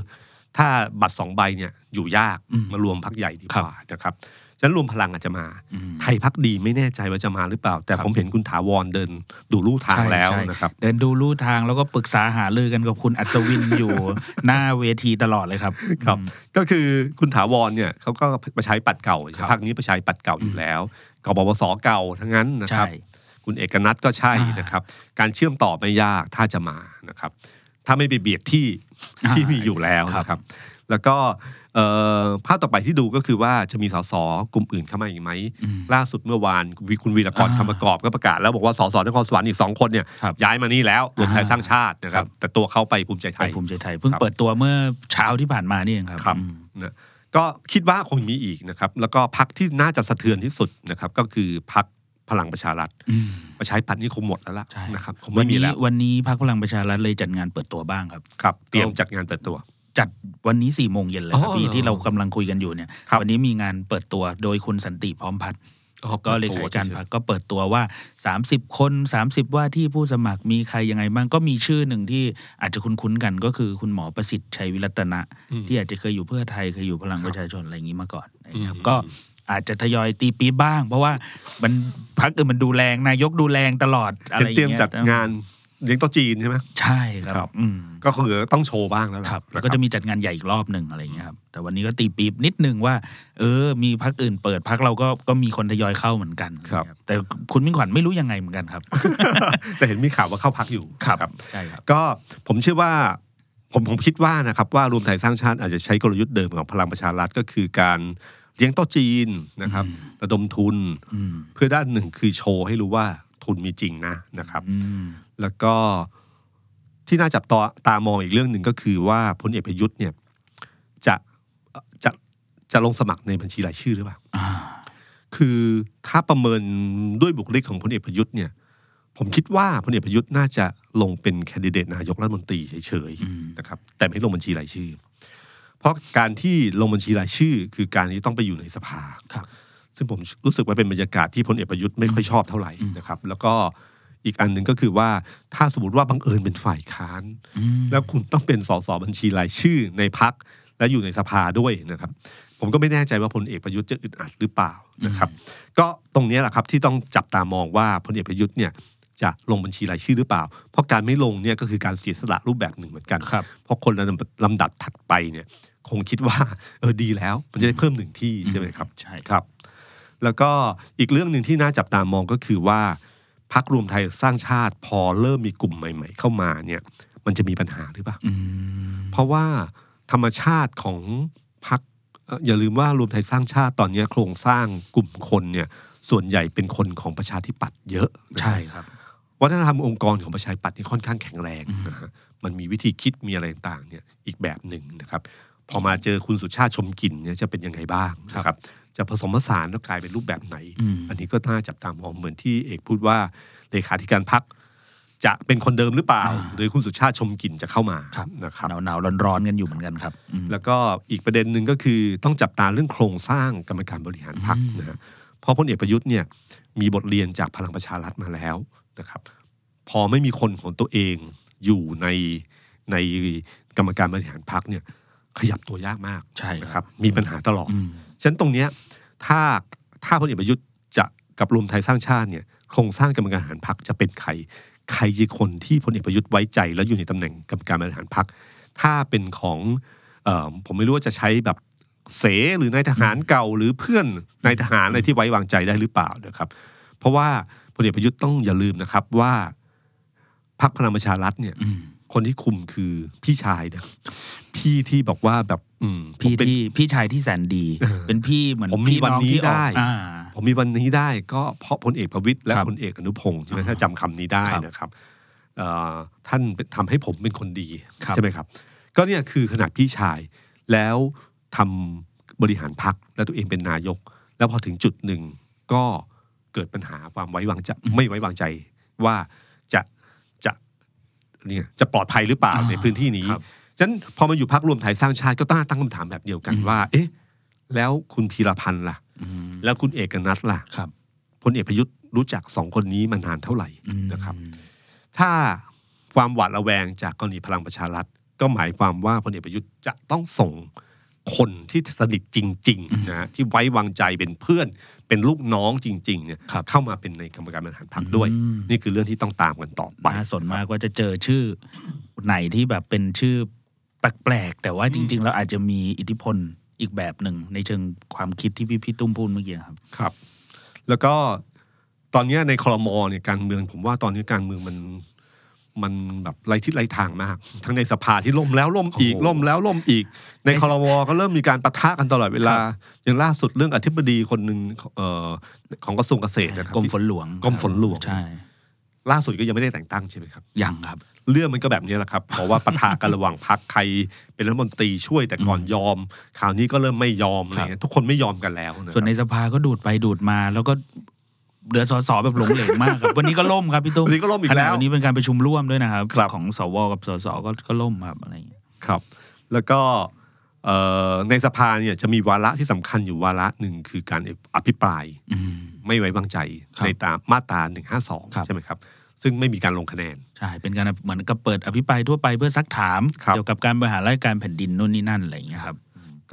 S2: ถ้าบัตรสองใบเนี่ยอยู่ยาก
S3: อืม
S2: มารวมพักใหญ่ดีกว่านะครับฉะนั้นรวมพลังอาจจะมา
S3: อืม
S2: ไทยพักดีไม่แน่ใจว่าจะมาหรือเปล่า แต่
S3: ครับ
S2: ผมเห็นคุณถาวรเดินดูลู่ทางแล้ว
S3: ใช่ใช่
S2: นะครับ
S3: เดินดูลู่ทางแล้วก็ปรึกษาหารือกันกับคุณอัศวิน อยู่หน้าเวทีตลอดเลยครับ
S2: ครับก็คือคุณถาวรเนี่ยเขาก็ประชาธิปัดเก่า
S3: ครับ
S2: พักนี้ประชาธิปัดเก่าอยู่แล้วกบพศเก่าทั้งนั้นนะค
S3: ใช่
S2: รับ คุณเอกนัทก็ใช่
S3: อ่าน
S2: นะครับ การเชื่อมต่อไม่ยากถ้าจะมานะครับ ถ้าไม่ไปเบียดที่
S3: อ่า
S2: ที่มีอยู่แล้ว
S3: ครับ
S2: นะครับ แล้วก็เอ่อภาพต่อไปที่ดูก็คือว่าจะมีสสกลุ่มอื่นเข้ามาอีกไหม
S3: อืม
S2: ล่าสุดเมื่อวานวิคุณวีรกร
S3: อ่า
S2: คำประกอบก็ประกาศแล้วบอกว่าสสนครสวรรค์อีกสองคนเนี่ย
S3: ครับ
S2: ย้ายมานี่แล้วรวมไทย
S3: อ่า
S2: สร้างชาตินะครั
S3: ครับ บ
S2: แต่ตัวเขาไปภูมิใจไท
S3: ไป
S2: ย
S3: ภูมิใจไทยเพิ่ง
S2: ครับ
S3: เปิดตัวเมื่อเช้าที่ผ่านมานี่เองครับ
S2: ครับ
S3: อืม
S2: นะ ก็คิดว่าคงมีอีกนะครับ แล้วก็พักที่น่าจะสะเทือนที่สุดนะครับ ก็คือพักพลังประชารัฐ
S3: อืม
S2: ประชาธิปัตย์นี่คงหมดแล้วล่ะ
S3: ใช่
S2: นะครับคง
S3: วั
S2: ไม่
S3: น
S2: มี
S3: นี้
S2: แล้ว
S3: วันนี้พักพลังประชารัฐเลยจัดงานเปิดตัวบ้างครับ
S2: ครับ เตรียมจัดงานเปิดตัว
S3: จัดวันนี้4ี่โมงเย็นเลยครับ
S2: อ๋อ
S3: พี่
S2: เหรอ
S3: ที่เรากำลังคุยกันอยู่เนี่ย
S2: ครับ
S3: วันนี้มีงานเปิดตัวโดยคุณสันติพร้อมพัฒน์ก็เลขายการพักก็เปิดตัวว่า 30 คน 30 ว่าที่ผู้สมัครมีใครยังไงบ้างก็มีชื่อหนึ่งที่อาจจะคุ้นๆกันก็คือคุณหมอประสิทธิ์ชัยวิรัตนะ
S2: อืม
S3: ที่อาจจะเคยอยู่เพื่อไทยเคยอยู่พลังประชาชนอะไรอย่างนี้มาก่อนนะครับ
S2: อืม
S3: ก็อาจจะทยอยตีปีบบ้าง เพราะว่ามันพักอื่นมันดูแรงนายกดูแรงตลอดอะไร
S2: เห็นเตรี
S3: อย่าง
S2: ยม
S3: เงี้ย
S2: จัดงานเลี้ยงโต๊ะจีนใช่ไหม
S3: ใช่ครั
S2: ครับ บ
S3: อืม
S2: ก็คงเหลือต้องโชว์บ้างแล้วล่ะ
S3: ครับ
S2: น
S3: แล้วก็จะมีจัดงานใหญ่อีกรอบหนึ่งอะไรอย่างเงี้ยครับแต่วันนี้ก็ตีปี๊บนิดนึงว่า เออ มีพักอื่นเปิดพักเราก็ก็มีคนทยอยเข้าเหมือนกันนะแต่คุณมิ่งขวัญไม่รู้ยังไงเหมือนกันครับ
S2: แต่เห็นมีข่าวว่าเข้าพักอยู่
S3: ใช่ครับ
S2: ก็ผมเชื่อว่าผมผมคิดว่านะครับว่ารวมไทยสร้างชาติอาจจะใช้กลยุทธ์เดิมของพลังประชารัฐก็คือการเลี้ยงโต๊ะจีนนะครับระดมทุน
S3: อืม
S2: เพื่อด้านหนึ่งคือโชว์ให้รู้ว่าทุนมีจริงนะนะครับ
S3: อืม
S2: แล้วก็ที่น่าจับตาตามองอีกเรื่องหนึ่งก็คือว่าพลเอกประยุทธ์เนี่ยจะจะจะลงสมัครในบัญชีรายชื่อหรือเปล่า
S3: อ่า
S2: คือถ้าประเมินด้วยบุคลิกของพลเอกประยุทธ์เนี่ย ผมคิดว่าพลเอกประยุทธ์น่าจะลงเป็นแคนดิเดตนายกรัฐมนตรีเฉย
S3: อืม
S2: ๆนะครับ แต่ไม่ลงบัญชีรายชื่อ เพราะการที่ลงบัญชีรายชื่อ คือการที่ต้องไปอยู่ในสภา
S3: ครับ
S2: ซึ่งผมรู้สึกว่าเป็นบรรยากาศที่พลเอกประยุทธ์ไม่ค่อยชอบเท่าไหร่
S3: อืม
S2: นะครับ แล้วก็อีกอันหนึ่งก็คือว่าถ้าสมมติว่าบังเอิญเป็นฝ่ายค้าน
S3: อืม
S2: แล้วคุณต้องเป็นสสบัญชีรายชื่อในพักและอยู่ในสภาด้วยนะครับ ผมก็ไม่แน่ใจว่าพลเอกประยุทธ์จะอึดอัดหรือเปล่านะครับ ก็ตรงเนี้ยแหละครับที่ต้องจับตามองว่าพลเอกประยุทธ์เนี่ยจะลงบัญชีรายชื่อหรือเปล่า เพราะการไม่ลงเนี่ยก็คือการเสียสละรูปแบบหนึ่งเหมือนกัน
S3: ครับ
S2: เพราะคนลำลำดับถัดไปเนี่ยคงคิดว่า เออดีแล้วมันจะได้เพิ่มหนึ่งที่ใช่ไหมครับ
S3: ใช่
S2: ครับ แล้วก็อีกเรื่องหนึ่งที่น่าจับตามองก็คือว่าพักรวมไทยสร้างชาติพอเริ่มมีกลุ่มใหม่ ๆ เข้ามาเนี่ย มันจะมีปัญหาหรือเปล่า
S3: อืม
S2: เพราะว่าธรรมชาติของพักอย่าลืมว่ารวมไทยสร้างชาติตอนนี้โครงสร้างกลุ่มคนเนี่ย ส่วนใหญ่เป็นคนของประชาธิปัตย์เยอะ
S3: ใช่ครับ
S2: วัฒนธรรมองค์กรของประชาธิปัตย์นี่ค่อนข้างแข็งแรงนะฮะมันมีวิธีคิดมีอะไรต่างๆเนี่ยอีกแบบหนึ่งนะครับ พอมาเจอคุณสุชาติชมกลิ่นเนี่ยจะเป็นยังไงบ้าง
S3: ครับ
S2: นะครับ จะผสมผสานแล้วกลายเป็นรูปแบบไหน
S3: อืม
S2: อันนี้ก็น่าจับตามองเหมือนที่เอกพูดว่าเลขาธิการพักจะเป็นคนเดิมหรือเปล่า โดยคุณสุชาติชมกลิ่นจะเข้ามานะครับ
S3: หนาวหนาวร้อนร้อนๆกันอยู่เหมือนกันครับอืม
S2: แล้วก็อีกประเด็นหนึ่งก็คือต้องจับตาเรื่องโครงสร้างกรรมการบริหารพรรคนะฮะเพราะพลเอกประยุทธ์เนี่ยมีบทเรียนจากพลังประชารัฐมาแล้วนะครับ พอไม่มีคนของตัวเองอยู่ในในกรรมการบริหารพรรคเนี่ยขยับตัวยากมาก
S3: ใช่ครับ
S2: นะครับ มีปัญหาตลอด
S3: อืม
S2: ฉะนั้นตรงเนี้ยถ้าถ้าพลเอกประยุทธ์จะกับรวมไทยสร้างชาติเนี่ยโครงสร้างกรรมการบริหารพรรคจะเป็นใคร ใครคือคนที่พลเอกประยุทธ์ไว้ใจ แล้วอยู่ในตำแหน่งกรรมการบริหารพรรคถ้าเป็นของเออผมไม่รู้ว่าจะใช้แบบเสหรือนายทหารเก่าหรือเพื่อนนายทหารอะไรที่ไว้วางใจได้หรือเปล่านะครับ เพราะว่าพลเอกประยุทธ์ต้องอย่าลืมนะครับว่าพรรคพลังประชารัฐเนี่ย
S3: อืม
S2: คนที่คุมคือพี่ชายนะพี่ที่บอกว่าแบบอืมผม
S3: พี่
S2: เป็น
S3: ที่พี่ชายที่แสนดี เป็นพี่เหมือน
S2: ผมมี
S3: พี่อง
S2: วันนี้
S3: ที่ออก
S2: ได้
S3: อ่า
S2: ผมมีวันนี้ได้ก็เพราะพลเอกประวิตยและ
S3: ครับ
S2: พลเอกอนุพงศ์ใช่ไหม
S3: อ่า
S2: ถ้าจำคำนี้ได้
S3: ครับ
S2: นะครับเอ่อท่านเป็นทำให้ผมเป็นคนดี
S3: ครับ
S2: ใช่ไหมครับ ก็เนี่ยคือขนาดพี่ชายแล้วทำบริหารพักและตัวเองเป็นนายก แล้วพอถึงจุดหนึ่งก็เกิดปัญหาความไว้วางใจไม่ไว้วางใจว่าจะจะเนี่ยจะปลอดภัยหรือเปล่า
S3: อ่า
S2: ในพื้นที่นี้
S3: ครับ
S2: ฉะนั้นพอมาอยู่พักรวมไทยสร้างชาติก็ตั้งตั้งคำถามแบบเดียวกัน
S3: อืม
S2: ว่า เอ๊ะ แล้วคุณพีรพันธ์ล่ะ
S3: อืม
S2: แล้วคุณเอกนัทล่ะ
S3: ครับ
S2: พลเอกประยุทธ์รู้จักสองคนนี้มานานเท่าไหร่
S3: อืม
S2: นะครับ ถ้าความหวาดระแวงจากกรณีพลังประชารัฐ ก็หมายความว่าพลเอกประยุทธ์จะต้องส่งคนที่สนิทจริงๆนะฮะที่ไว้วางใจเป็นเพื่อน เป็นลูกน้องจริงๆเนี่ย
S3: ครับ
S2: เข้ามาเป็นในกรรมการบริหารพรรคด้วย
S3: อืม
S2: นี่คือเรื่องที่ต้องตามกันต่อไป
S3: น่าสนมากว่าจะเจอชื่อไหนที่แบบเป็นชื่อแปลกๆ แต่ว่าจริง ๆ แล้วอาจจะมีอิทธิพลอีกแบบหนึ่ง ในเชิงความคิดที่พี่พี่ตุ้มพูดเมื่อกี้ครับ
S2: ครับ แล้วก็ตอนเนี้ยในคลมอเนี่ยการเมือง ผมว่าตอนนี้การเมืองมันมันแบบไรทิศไรทางมาก ทั้งในสภาที่ล่มแล้วล่มอีก
S3: โอ้โห
S2: ล่มแล้วล่มอีก ใน
S3: ในส
S2: คลมอก็เริ่มมีการปะทะกันตลอดเวลา
S3: ครับ
S2: อย่างล่าสุดเรื่องอธิบดีคนหนึ่งเอ่อของกระทรวงเกษตรนะครับ
S3: กรมฝนหลวง
S2: กรมฝนหลวง
S3: ใช่
S2: ล่าสุดก็ยังไม่ได้แต่งตั้งใช่ไหมครับ
S3: ยังครับ
S2: เรื่องมันก็แบบนี้แหละครับเพราะว่าปะทะกันระหว่างพักใครเป็นรัฐมนตรีช่วยแต่ก่อนยอมคราวนี้ก็เริ่มไม่ยอมอะไรเงี้ยทุกคนไม่ยอมกันแล้วะครับ
S3: ส่วนในสภาก็ดูดไปดูดมา แล้วก็เหลือสสแบบหลงเหลงมาก
S2: (laughs)
S3: ครับ วันนี้ก็ล่มครับพี่ตุ้ม
S2: วันนี้ก็ล่มอีก
S3: ขณะ
S2: แล้ว
S3: วันนี้เป็นการประชุมร่วมด้วยนะครับ
S2: ครับ
S3: ของสวกับสสก็ก็ล่มครับอะไรอย่างเงี้ย
S2: ครับ แล้วก็เอ่อในสภาเนี่ยจะมีวาระที่สำคัญอยู่วาระหนึ่งคือการอภิปราย
S3: อืม
S2: ไม่ไว้วางใจ
S3: ครับ
S2: ในตามมาตรา
S3: ครับ
S2: 152 ใช่ไหมครับ ซึ่งไม่มีการลงคะแนน
S3: ใช่เป็นการเหมือนกับเปิดอภิปรายทั่วไปเพื่อซักถาม
S2: ครับ
S3: เกี่ยวกับการบริหารราชการแผ่นดินนู่นนี่นั่นอะไรอย่างเงี้ยครับ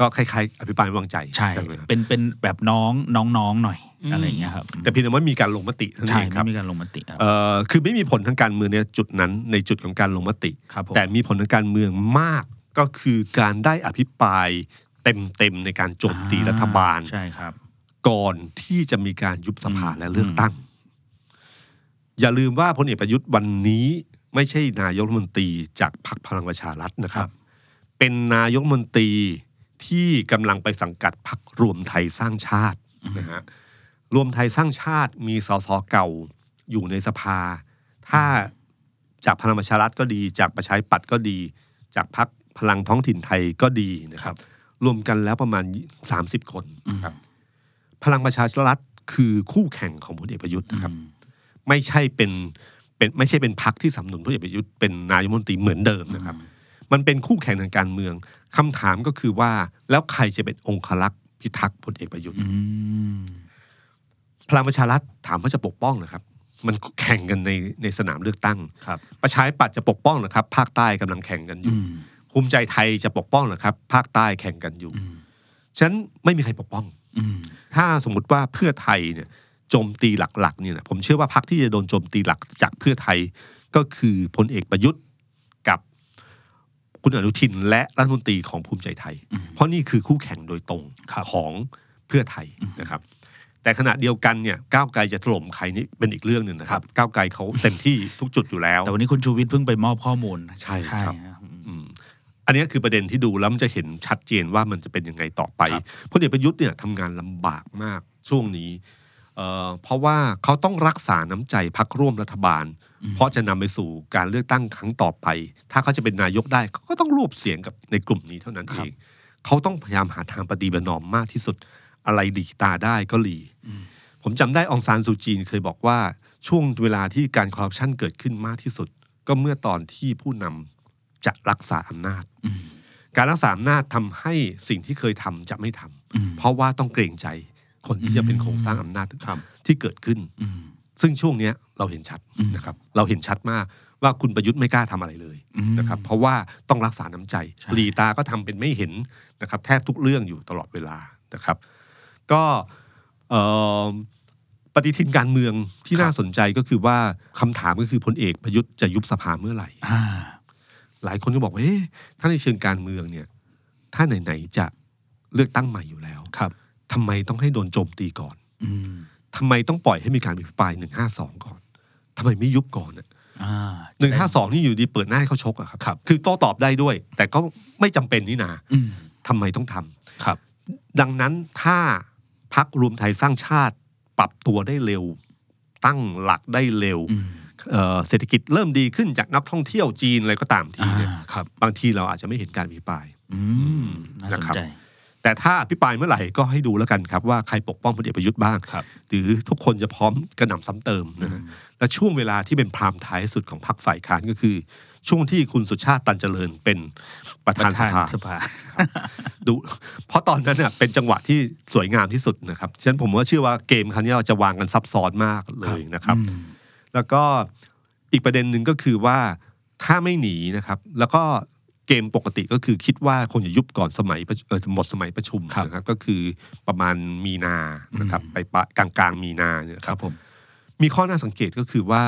S2: ก็คล้ายๆ อภิปรายไม่วางใจ
S3: ใช่
S2: ไหมครับ
S3: เป็นเป็นแบบน้องน้องน้องๆหน่อย
S2: อืม
S3: อะไรอย่างเงี้ยครับ
S2: แต่เพียงแต่ว่ามีการลงมติเท่านั้น
S3: ใช่
S2: เองค
S3: ไม่
S2: รับ
S3: มีการลงมติครับ
S2: เอ่อคือไม่มีผลทางการเมืองในจุดนั้นในจุดของการลงมติ
S3: ครับผม
S2: แต่มีผลทางการเมืองมากก็คือการได้อภิปรายเต็มๆในการโจมตีรัฐบาล
S3: ใช่ครับ
S2: ก่อนที่จะมีการยุบสภา
S3: อืม
S2: และเลือกตั้ง อย่าลืมว่าพลเอกประยุทธ์วันนี้ไม่ใช่นายกรัฐมนตรีจากพรรคพลังประชารัฐนะครับ เป็นนายกรัฐมนตรีที่กำลังไปสังกัดพรรครวมไทยสร้างชาตินะฮะรวมไทยสร้างชาติมีสสเก่าอยู่ในสภา ถ้าจากพลังประชารัฐก็ดี จากประชาธิปัตย์ก็ดี จากพรรคพลังท้องถิ่นไทยก็ดีนะครับ รวมกันแล้วประมาณ 30 คนนะครับ พลังประชารัฐคือคู่แข่งของพลเอกประยุทธ์นะครับ
S3: อืม
S2: ไม่ใช่เป็นเป็นไม่ใช่เป็นพรรคที่สนับสนุนพลเอกประยุทธ์เป็นนายกรัฐมนตรีเหมือนเดิมนะครับ มันเป็นคู่แข่งทางการเมืองคำถามก็คือว่าแล้วใครจะเป็นองครักษ์พิทักษ์พลเอกประยุทธ์
S3: อืม
S2: พลังประชารัฐถามว่าจะปกป้องเหรอครับ มันแข่งกันในในสนามเลือกตั้ง
S3: ครับ
S2: ประชาธิปัตย์จะปกป้องเหรอครับ ภาคใต้กำลังแข่งกันอ
S3: อื
S2: ยู่
S3: ม
S2: ภูมิใจไทยจะปกป้องเหรอครับ ภาคใต้แข่งกันอยู่
S3: อืม
S2: ฉะนั้นไม่มีใครปกป้อง
S3: อืม
S2: ถ้าสมมติว่าเพื่อไทยเนี่ยโจมตีหลักๆเนี่ยนะผมเชื่อว่าพรรคที่จะโดนโจมตีหลักจากเพื่อไทยก็คือพลเอกประยุทธ์กับคุณอนุทินและรัฐมนตรีของภูมิใจไทย
S3: อืม
S2: เพราะนี่คือคู่แข่งโดยตรง
S3: ครับ
S2: ของเพื่อไทยนะครับ แต่ขณะเดียวกันเนี่ยก้าวไกลจะถล่มใครนี่เป็นอีกเรื่องหนึ่งนะค
S3: ครั
S2: รับ
S3: บ
S2: ก้าวไกลเขาเต็มที่ทุกจุดอยู่แล้ว
S3: แต่วันนี้คุณชูวิทย์เพิ่งไปมอบข้อมูล
S2: ใช่ครับ
S3: นะอืม
S2: อืมอันนี้คือประเด็นที่ดูแล้วมันจะเห็นชัดเจนว่ามันจะเป็นยังไงต่อไป
S3: ครับ
S2: พลเอกประยุทธ์เนี่ยทำงานลำบากมากช่วงนี้เอ่อเพราะว่าเขาต้องรักษาน้ำใจพักร่วมรัฐบาล
S3: อืม
S2: เพราะจะนำไปสู่การเลือกตั้งครั้งต่อไป ถ้าเขาจะเป็นนายกได้เขาก็ต้องรวบเสียงกับในกลุ่มนี้เท่านั้นเองเขาต้องพยายามหาทางปฏิบัตินอมมากที่สุดอะไรดีตาได้ก็หลี ผมจำได้องซานซูจีนเคยบอกว่าช่วงเวลาที่การคอร์รัปชันเกิดขึ้นมากที่สุด ก็เมื่อตอนที่ผู้นำจะรักษาอำนาจ
S3: อืม
S2: การรักษาอำนาจทำให้สิ่งที่เคยทำจะไม่ทำ
S3: อืม
S2: เพราะว่าต้องเกรงใจคนที่จะเป็นโครงสร้างอำนาจ
S3: ครับ
S2: ที่เกิดขึ้น
S3: อืม
S2: ซึ่งช่วงเนี้ยเราเห็นชัด
S3: อืม
S2: นะครับ เราเห็นชัดมากว่าคุณประยุทธ์ไม่กล้าทำอะไรเลย
S3: อืม
S2: นะครับ เพราะว่าต้องรักษาน้ำใจ
S3: ใช่
S2: ลีตาก็ทำเป็นไม่เห็นนะครับ แทบทุกเรื่องอยู่ตลอดเวลานะครับ ก็เอ่อปฏิทินการเมืองที่น่าสนใจก็คือว่าคำถามก็คือพลเอกประยุทธ์จะยุบสภาเมื่อไหร่
S3: อ่า
S2: หลายคนก็บอกว่าเอ๊ะถ้าในเชิงการเมืองเนี่ย ถ้าไหนๆจะเลือกตั้งใหม่อยู่แล้ว
S3: ครับ
S2: ทำไมต้องให้โดนโจมตีก่อน
S3: อืม
S2: ทำไมต้องปล่อยให้มีการพิปรายหนึ่งห้าสองก่อนทำไมไม่ยุบก่อนน่ะ
S3: อ่า
S2: หนึ่งห้าสองนี่อยู่ดีเปิดหน้าให้เขาชกอะครับ
S3: ครับ
S2: คือโต้ตอบได้ด้วย แต่ก็ไม่จำเป็นนี่นา
S3: อืม
S2: ทำไมต้องทำ
S3: ครับ
S2: ดังนั้นถ้าพักรวมไทยสร้างชาติปรับตัวได้เร็ว ตั้งหลักได้เร็ว
S3: อืม
S2: เอ่อเศรษฐกิจเริ่มดีขึ้นจากนักท่องเที่ยวจีนอะไรก็ตามที
S3: อ่า
S2: เนี่ย
S3: ครับ
S2: บางทีเราอาจจะไม่เห็นการอภิปราย
S3: อืม น่าสนใจ
S2: แต่ถ้าอภิปรายเมื่อไหร่ก็ให้ดูแล้วกันครับว่าใครปกป้องพลเอกประยุทธ์บ้าง
S3: ครับ
S2: หรือทุกคนจะพร้อมกระหน่ำซ้ำเติมนะฮะและช่วงเวลาที่เป็นพรามไท้ายสุดของพรรคฝ่ายค้านก็คือ ช่วงที่คุณสุชาติตันเจริญเป็นประธานสภา
S3: สภา
S2: ดูเพราะตอนนั้นเน่ะเป็นจังหวะที่สวยงามที่สุดนะครับฉะนั้นผมว่าเชื่อว่าเกมครั้งนี้เราจะวางกันซับซ้อนมากเลยนะครับ
S3: อืม
S2: แล้วก็อีกประเด็นหนึ่งก็คือว่าถ้าไม่หนีนะครับ แล้วก็เกมปกติก็คือคิดว่าคงจะยุบก่อนสมัยประเอ่อหมดสมัยประชุม
S3: ครับ
S2: นะครับ ก็คือประมาณมีนานะครับ
S3: อืม
S2: ไปปะกลางกลางๆมีนาเนี่ยนะ
S3: ค
S2: ค
S3: รั
S2: รั
S3: บบ ผม
S2: มีข้อน่าสังเกตก็คือว่า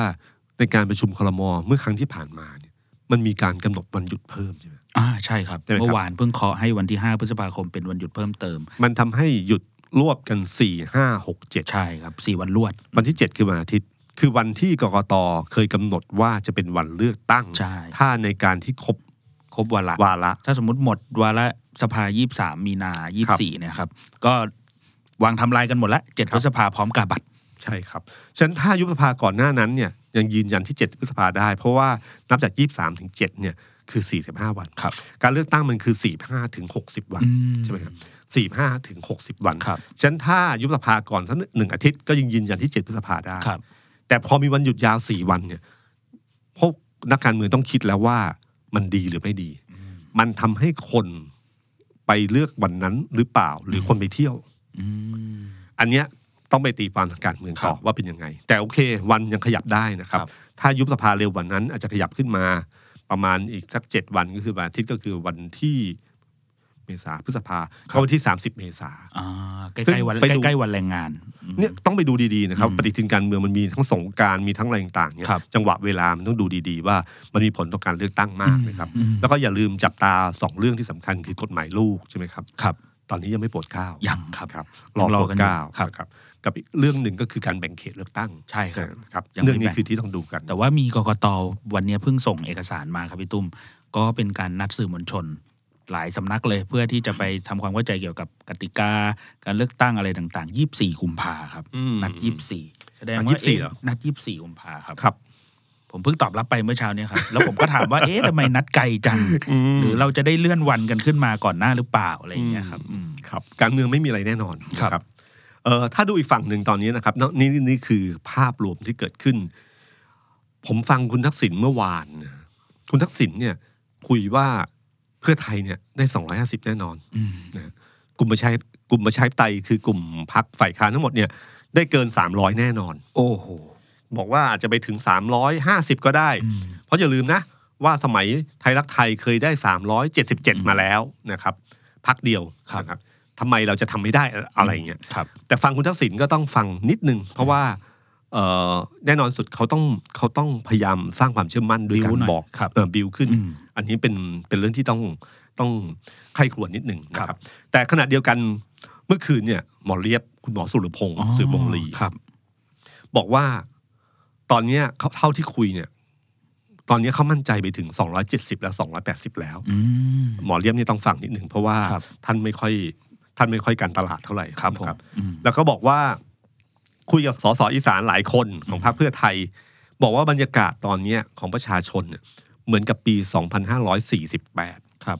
S2: ในการประชุมคลมเมื่อครั้งที่ผ่านมาเนี่ยมันมีการกำหนดวันหยุดเพิ่มใช่ไหม
S3: อ่า ใช่ครับ
S2: ใช่ไหมครับ
S3: เมื่อวานเพิ่งเคาะให้วันที่ 5 พฤษภาคมเป็นวันหยุดเพิ่มเติม
S2: มันทำให้หยุดรวบกันสี่ห้าหกเจ็ด
S3: ใช่ครับ 4 วันรวด
S2: วันที่ 7 คือวันอาทิตย์ คือวันที่กกตเคยกำหนดว่าจะเป็นวันเลือกตั้ง
S3: ใช่
S2: ถ้าในการที่ครบ
S3: ครบวาระ
S2: วาระ
S3: ถ้าสมมติหมดวาระสภา 23 มีนา
S2: ครับ
S3: 24 เนี่ยครับ ก็วางทำลายกันหมดละ 7 พฤษภาพร้อมกาบัตร
S2: ใช่ครับฉะนั้นถ้ายุบสภาก่อนหน้านั้นเนี่ยยังยืนยันที่ 7 พฤษภาได้ เพราะว่านับจาก 23ถึง7เนี่ยคือ 45 วัน
S3: ครับ
S2: การเลือกตั้งมันคือ 45ถึง60 วัน
S3: อืม
S2: ใช่ไหมครับ45ถึง60 วัน
S3: ครับ
S2: ฉะนั้นถ้ายุบสภาก่อนสักหนึ่งอาทิตย์ก็ยังยืนยันที่ 7 พฤษภาได้
S3: ครับ
S2: แต่พอมีวันหยุดยาว 4 วันเนี่ยพวกนักการเมืองต้องคิดแล้วว่ามันดีหรือไม่ดี มันทำให้คนไปเลือกวันนั้นหรือเปล่า หรือคนไปเที่ยว
S3: อืม
S2: อันเนี้ยต้องไปตีความทางการเมืองต่อ
S3: ครับ
S2: ว่าเป็นยังไง แต่โอเค วันยังขยับได้นะครับ
S3: ครับ
S2: ถ้ายุบสภาเร็วกว่านั้น อาจจะขยับขึ้นมา ประมาณอีกสักเจ็ดวันก็คือวันอาทิตย์ก็คือวันที่เมษาพฤษภา
S3: ครับ
S2: ก็วันที่ 30 เมษา
S3: อ่าใกล้ๆวัน
S2: ไปดู
S3: ใกล้ๆวันแรงงานอืม
S2: เนี่ยต้องไปดูดีๆนะครับ
S3: อืม
S2: ปฏิทินการเมืองมันมีทั้งสงกรารมีทั้งอะไรต่างๆเนี่ย
S3: ครับ
S2: จังหวะเวลามันต้องดูดีๆ ว่ามันมีผลต่อการเลือกตั้งมากนะครับ
S3: อืม
S2: แล้วก็อย่าลืมจับตาสองเรื่องที่สำคัญคือกฎหมายลูกใช่ไหมครับ
S3: ครับ
S2: ตอนนี้ยังไม่โปรดเกล้า
S3: ยังครับ
S2: ครับรอ
S3: ยังร
S2: โปร
S3: อ
S2: ด
S3: กันอยู่
S2: เกล้า
S3: ครับ
S2: นะครับกับอีกเรื่องหนึ่งก็คือการแบ่งเขตเลือกตั้ง
S3: ใช่ครับ
S2: ครับ
S3: ยังไม่
S2: เรื่องนี้
S3: แบ่ง
S2: คือที่ต้องดูกัน
S3: แต่ว่ามีกกตวันเนี้ยเพิ่งส่งเอกสารมาครับพี่ตุ้ม ก็เป็นการนัดสื่อมวลชน หลายสำนักเลยเพื่อที่จะไปทำความเข้าใจเกี่ยวกับกติกา การเลือกตั้งอะไรต่าง ๆ 24กุมภาครับ
S2: อืม
S3: นัด 24 แสดงว่า
S2: นัด24
S3: เอ๊ะ
S2: เหรอ
S3: นัด 24กุมภาครับ
S2: ครับ
S3: ผมเพิ่งตอบรับไปเมื่อเช้าเนี้ครับ แล้วผมก็ถามว่า เอ๊ะทำไมนัดไกลจัง หรือเราจะได้เลื่อนวันกันขึ้นมาก่อนหน้าหรือเปล่าอะไรอย่างเงี้ยครับอืม
S2: ครับการเมืองไม่มีอะไรแน่นอน
S3: ครับ
S2: นะเอ่อถ้าดูอีกฝั่งหนึ่งตอนนี้นะครับนนี่นี่คือภาพรวมที่เกิดขึ้น ผมฟังคุณทักษิณเมื่อวานนะคุณทักษิณเนี่ย คุยว่าเพื่อไทยเนี่ยได้ 250 แน่นอน
S3: อืม
S2: กลุ่มประชาธิกลุ่มประชาธิปไตยคือกลุ่มพักฝ่ายค้านทั้งหมดเนี่ยได้เกิน 300 แน่นอน
S3: โอ้โห
S2: บอกว่าอาจจะไปถึง 350 ก็ได้
S3: อืม
S2: เพราะอย่าลืมนะ ว่าสมัยไทยรักไทยเคยได้ 377 มาแล้วนะครับพักเดียวนะครับทำไมเราจะทำไม่ได้อะไรอย่างเงี้ย
S3: ครับ
S2: แต่ฟังคุณทักษิณก็ต้องฟังนิดนึง เพราะว่าเอ่อแน่นอนสุดเขาต้องเขาต้องพยายามสร้างความเชื่อมั่นด้วย
S3: บิ้
S2: กาวร
S3: หน่อย
S2: บอก
S3: ครับ
S2: เออบิวขึ้น
S3: อืม
S2: อันนี้เป็นเป็นเรื่องที่ต้องต้องใครครวญนิดนึงนะค
S3: ครั
S2: รับบ แต่ขณะเดียวกันเมื่อคืนเนี่ยหมอเรียบคุณหมอสุรพงศ์สืบวงลี
S3: ครับ
S2: บอกว่าตอนเนี้ยเขาเท่าที่คุยเนี่ย ตอนเนี้ยเขามั่นใจไปถึง 270 และ 280 แล้ว
S3: อืม
S2: หมอเลี่ยมเนี่ยต้องฟังนิดหนึ่งเพราะว่า
S3: ครับ
S2: ท่านไม่ค่อยท่านไม่ค่อยการตลาดเท่าไหร่
S3: ครับผม
S2: นะ
S3: อืม
S2: แล้วก็บอกว่า คุยกับสสอีสานหลายคนของพรรคเพื่อไทย บอกว่าบรรยากาศตอนเนี้ยของประชาชนเนี่ยเหมือนกับปี 2548
S3: ครับ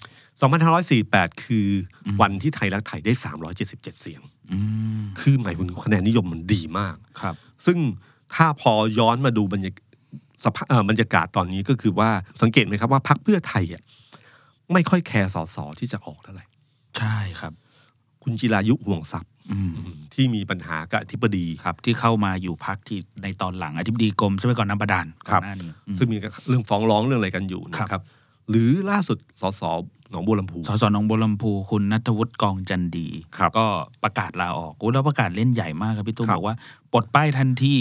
S2: 2548 คืออ
S3: ม
S2: วันที่ไทยรักไทยได้ 377 เสียง
S3: อืม
S2: คือหมายถึงคะแนนนิยมมันดีมาก
S3: ครับ
S2: ซึ่งถ้าพอย้อนมาดูบรรยากสภาเอ่อบรรยากาศตอนนี้ก็คือว่าสังเกตไหมครับว่าพักเพื่อไทยอ่ะไม่ค่อยแคร์สสที่จะออกเท่าไหร่
S3: ใช่ครับ
S2: คุณจิรายุห่วงทรัพย์
S3: อืม
S2: ที่มีปัญหากับอธิบดี
S3: ครับที่เข้ามาอยู่พักที่ในตอนหลังอธิบดีกรมทรัพยากรน้ำบาดาล
S2: ครับ
S3: ก่อนหน้านี้อืม
S2: ซึ่งมีเรื่องฟ้องร้องเรื่องอะไรกันอยู่
S3: ครับ
S2: นะครับ หรือล่าสุดสสหนองบัวลำพู
S3: สสหนองบัวลำพูคุณนัทวุฒิกองจันดี
S2: ครับ
S3: ก็ประกาศลาออกกูแล้วประกาศเล่นใหญ่มากครับพี่ตุ้ม
S2: ครับ
S3: บอกว่าปลดป้ายทันที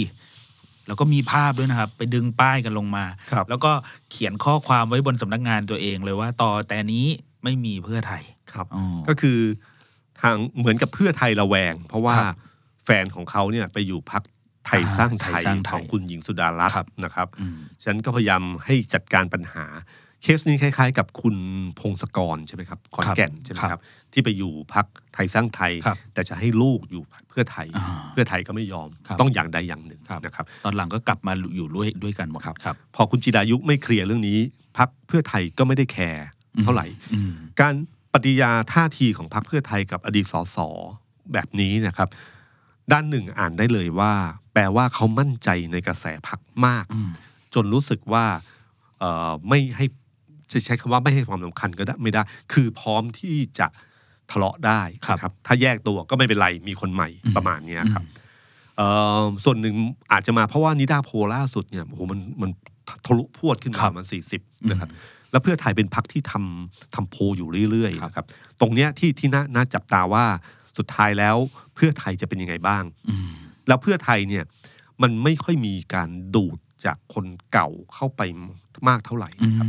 S3: แล้วก็มีภาพด้วยนะครับ ไปดึงป้ายกันลงมา
S2: ครับ
S3: แล้วก็เขียนข้อความไว้บนสำนักงานตัวเองเลยว่าต่อแต่นี้ไม่มีเพื่อไทย
S2: ครับ
S3: อ๋อ
S2: ก็คือทางเหมือนกับเพื่อไทยระแวง เพราะว่า
S3: ครับ
S2: แฟนของเขาเนี่ยไปอยู่พักไทยสร้างไทย
S3: ไทยสร้างไทย
S2: ของคุณหญิงสุดารัต
S3: ครับ
S2: น์นะครับ
S3: อืม
S2: ฉะนันก็พยายามให้จัดการปัญหา เคสนี้คล้ายๆ กับคุณพงศกรใช่ไหมครับขอนแก่น
S3: ครับ
S2: ใช่ไหมครับ ที่ไปอยู่พักไทยสร้างไทย
S3: ครับ
S2: แต่จะให้ลูกอยู่เพื่อไทย
S3: อ่า
S2: เพื่อไทยก็ไม่ยอม
S3: ครับ
S2: ต้องอย่างใดอย่างหนึ่ง
S3: ครับ
S2: นะครับ
S3: ตอนหลังก็กลับมาอยู่ด้วยด้วยกันหมด
S2: ครับ
S3: ครับ
S2: พอคุณจิรายุไม่เคลียร์เรื่องนี้พักเพื่อไทยก็ไม่ได้แคร์
S3: อืม
S2: เท่าไหร่
S3: อืม
S2: การปฏิยาท่าทีของพรรคเพื่อไทยกับอดีตสสแบบนี้นะครับ ด้านหนึ่งอ่านได้เลยว่า แปลว่าเขามั่นใจในกระแสพรรคมาก
S3: อืม
S2: จนรู้สึกว่าเอ่อไม่ให้จะใช้คำว่าไม่ให้ความสำคัญก็ได้ไม่ได้ คือพร้อมที่จะทะเลาะได้นะครับ ถ้าแยกตัวก็ไม่เป็นไรมีคนใหม่ประมาณเนี้ยครับ เอ่อส่วนหนึ่งอาจจะมาเพราะว่านิดาโพลล่าสุดเนี่ยโอ้โหมันมันทะลุพรวดขึ้น
S3: ครั
S2: มา
S3: บ
S2: มันสี่สิบนะครับ แล้วเพื่อไทยเป็นพักที่ทำทำโพลอยู่เรื่อย
S3: ค
S2: ๆ
S3: รับ
S2: นะครับ ตรงเนี้ยที่ที่น่าน่าจับตาว่าสุดท้ายแล้วเพื่อไทยจะเป็นยังไงบ้าง
S3: อืม
S2: แล้วเพื่อไทยเนี่ยมันไม่ค่อยมีการดูดจากคนเก่าเข้าไปมากเท่าไหร่นะครับ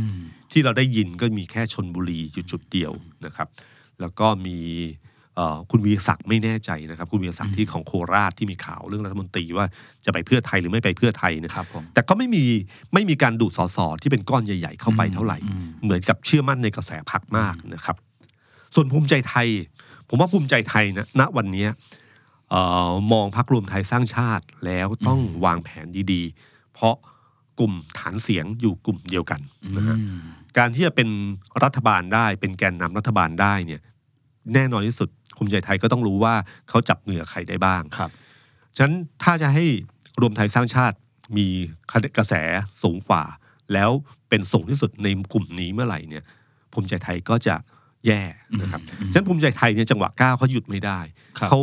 S2: ที่เราได้ยินก็มีแค่ชนบุรีอยู่จุดเดียวนะครับ แล้วก็มีเอ่อคุณวีรศักดิ์ไม่แน่ใจนะครับ คุณวีรศักดิ์ที่ของโคราชที่มีข่าวเรื่องรัฐมนตรีว่าจะไปเพื่อไทยหรือไม่ไปเพื่อไทยนะ
S3: ค
S2: ครับ
S3: รับผม
S2: แต่ก็ไม่มีไม่มีการดูดสสที่เป็นก้อนใหญ่ ๆ เข้าไปเท่าไหร่
S3: อืม
S2: เหมือนกับเชื่อมั่นในกระแสพักมากนะครับ ส่วนภูมิใจไทย ผมว่าภูมิใจไทยนะณวันเนี้ยเอ เออมองพักรวมไทยสร้างชาติแล้วต้องวางแผนดีๆ เพราะกลุ่มฐานเสียงอยู่กลุ่มเดียวกันนะฮะ
S3: อืม
S2: การที่จะเป็นรัฐบาลได้เป็นแกนนำรัฐบาลได้เนี่ยแน่นอนที่สุดภูมิใจไทยก็ต้องรู้ว่าเขาจับมือกับใครได้บ้าง
S3: ครับ
S2: ฉะนั้นถ้าจะให้รวมไทยสร้างชาติมีกระแสสูงกว่า แล้วเป็นสูงที่สุดในกลุ่มนี้เมื่อไหร่เนี่ยภูมิใจไทยก็จะแย่นะครับ
S3: อืม
S2: ฉะนั้นภูมิใจไทยเนี่ยจังหวะก้าวเขาหยุดไม่ได้
S3: ครับ
S2: เขา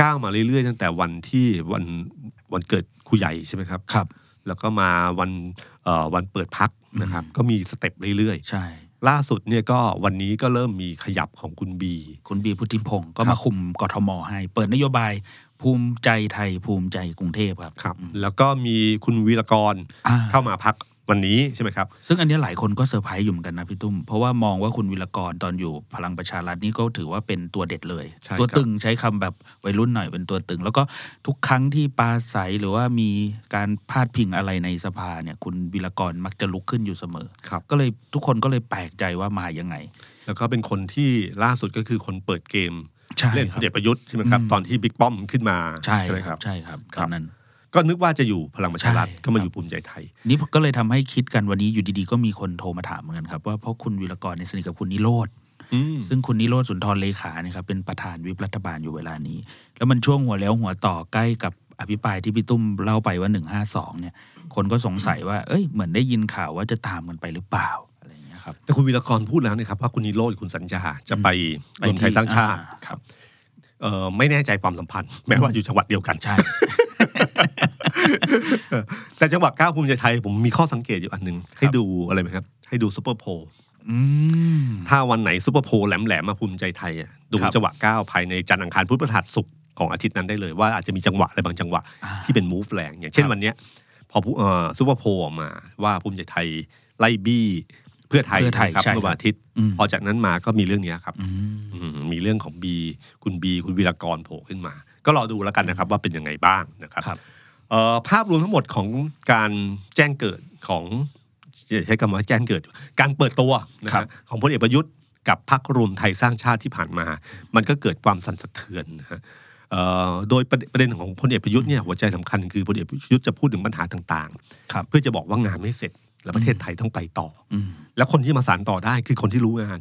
S2: ก้าวมาเรื่อยๆ ตั้งแต่วันที่วันวันเกิดครูใหญ่ใช่ไหมครับ
S3: ครับ
S2: แล้วก็มาวันเอ่อวันเปิดพักนะครับ ก็มีสเต็ปเรื่อยๆ
S3: ใช่
S2: ล่าสุดเนี่ยก็วันนี้ก็เริ่มมีขยับของคุณบี
S3: คุณบีพุทธิพงศ์
S2: ค
S3: ก็
S2: รับ
S3: มาคุมกทมให้ เปิดนโยบาย ภูมิใจไทยภูมิใจกรุงเทพครับ
S2: ครับ แล้วก็มีคุณวีรกร
S3: อ่า
S2: เข้ามาพักวันนี้ใช่ไหมครับ
S3: ซึ่งอันเนี้ยหลายคนก็เซอร์ไพรส์อยู่เหมือนกันนะพี่ตุ้ม เพราะว่ามองว่าคุณวิรกรตอนอยู่พลังประชารัฐนี่ก็ถือว่าเป็นตัวเด็ดเลย
S2: ใช่ครับ
S3: ตัวตึงใช้คำแบบวัยรุ่นหน่อยเป็นตัวตึง แล้วก็ทุกครั้งที่ปราศัยหรือว่ามีการพาดพิงอะไรในสภาเนี่ยคุณวิรกรมักจะลุกขึ้นอยู่เสมอ
S2: ครับ
S3: ก็เลยทุกคนก็เลยแปลกใจว่ามายังไง
S2: แล้วก็เป็นคนที่ล่าสุดก็คือคนเปิดเกม
S3: ใช่
S2: เล่น
S3: ค
S2: พ
S3: รับ
S2: ลเด็ประยุทธ์ใช่ไหมครับ
S3: อืม
S2: ตอนที่บิ๊กป้อมขึ้นมา
S3: ใช่
S2: ไหม
S3: ค
S2: ค
S3: รั
S2: รั
S3: บบ ใช่ครับ
S2: ค
S3: ต
S2: รับ
S3: อนนั้น
S2: ก็นึกว่าจะอยู่พลังประชารัฐ
S3: ใช่
S2: ก็มา
S3: ครับ
S2: อยู่ภูมิใจไทย
S3: นี่ก็เลยทำให้คิดกันวันนี้อยู่ดีๆก็มีคนโทรมาถามเหมือนกันครับว่าเพราะคุณวิรกรเนี่ยสนิทกับคุณนิโรธ
S2: อืม
S3: ซึ่งคุณนิโรธสุนทรเลขาเนี่ยครับเป็นประธานวิปรัฐบาลอยู่เวลานี้ แล้วมันช่วงหัวแล้วหัวต่อใกล้กับอภิปรายที่พี่ตุ้มเล่าไปว่า 152 เนี่ย คนก็สงสัยว่า เอ้ย เหมือนได้ยินข่าวว่าจะตามกันไปหรือเปล่า อะไรอย่างเงี้ยครับ
S2: แต่คุณวีรกรพูดแล้วนะครับว่าคุณนิโรธคุณสัญญาจะไป
S3: ไป
S2: รวมไทย
S3: ที่
S2: สร้างชาติ
S3: อ่า
S2: ครับเอ่อไม่แน่ใจความสัมพันธ์ (laughs) แม้ว่าอยู่จังหวัดเดียวกัน
S3: ใช่
S2: เออ (laughs) แต่จังหวัดก้าวภูมิใจไทยผมมีข้อสังเกตอยู่อันหนึ่งให้
S3: ครับ
S2: ดูอะไรไหมครับ ให้ดูซูเปอร์โพล
S3: อืม
S2: ถ้าวันไหนซูเปอร์โพลแหลมๆมาภูมิใจไทยอ่ะดู
S3: ครับ
S2: จังหวะก้าวภายในจันทร์อังคารพุธพฤหัสศุกร์ของอาทิตย์นั้นได้เลยว่าอาจจะมีจังหวะอะไรบางจังหวะ
S3: อ่า
S2: ที่เป็นมูฟแรงอย่างเช่นวันเนี้ยพอผู้เอ่อซูเปอร์โพลออกมาว่าภูมิใจไทยไล่บี้เพื่อไทย
S3: เพื่อไทย
S2: นะครับ
S3: ใช่
S2: เมื่อวันอาทิตย์
S3: อืม
S2: พอจากนั้นมาก็มีเรื่องเนี้ยครับ
S3: อืม
S2: อืมมีเรื่องของบีคุณบีคุณวีรกรโผล่ขึ้นมา ก็รอดูแล้วกันนะครับว่าเป็นยังไงบ้างนะครับ
S3: ครับ
S2: เอ่อภาพรวมทั้งหมดของการแจ้งเกิดของจะใช้คำว่าแจ้งเกิด การเปิดตัวนะฮะของพลเอกประยุทธ์กับพรรครวมไทยสร้างชาติที่ผ่านมา มันก็เกิดความสั่นสะเทือนนะฮะเอ่อโดยประเด็นประเด็นของพลเอกประยุทธ์เนี่ยหัวใจสำคัญคือพลเอกประยุทธ์จะพูดถึงปัญหาต่าง
S3: ครับ
S2: ๆ เพื่อจะบอกว่างานไม่เสร็จ และประเทศไทยต้องไปต่อ
S3: อืม
S2: แล้วคนที่มาสารต่อได้คือคนที่รู้งาน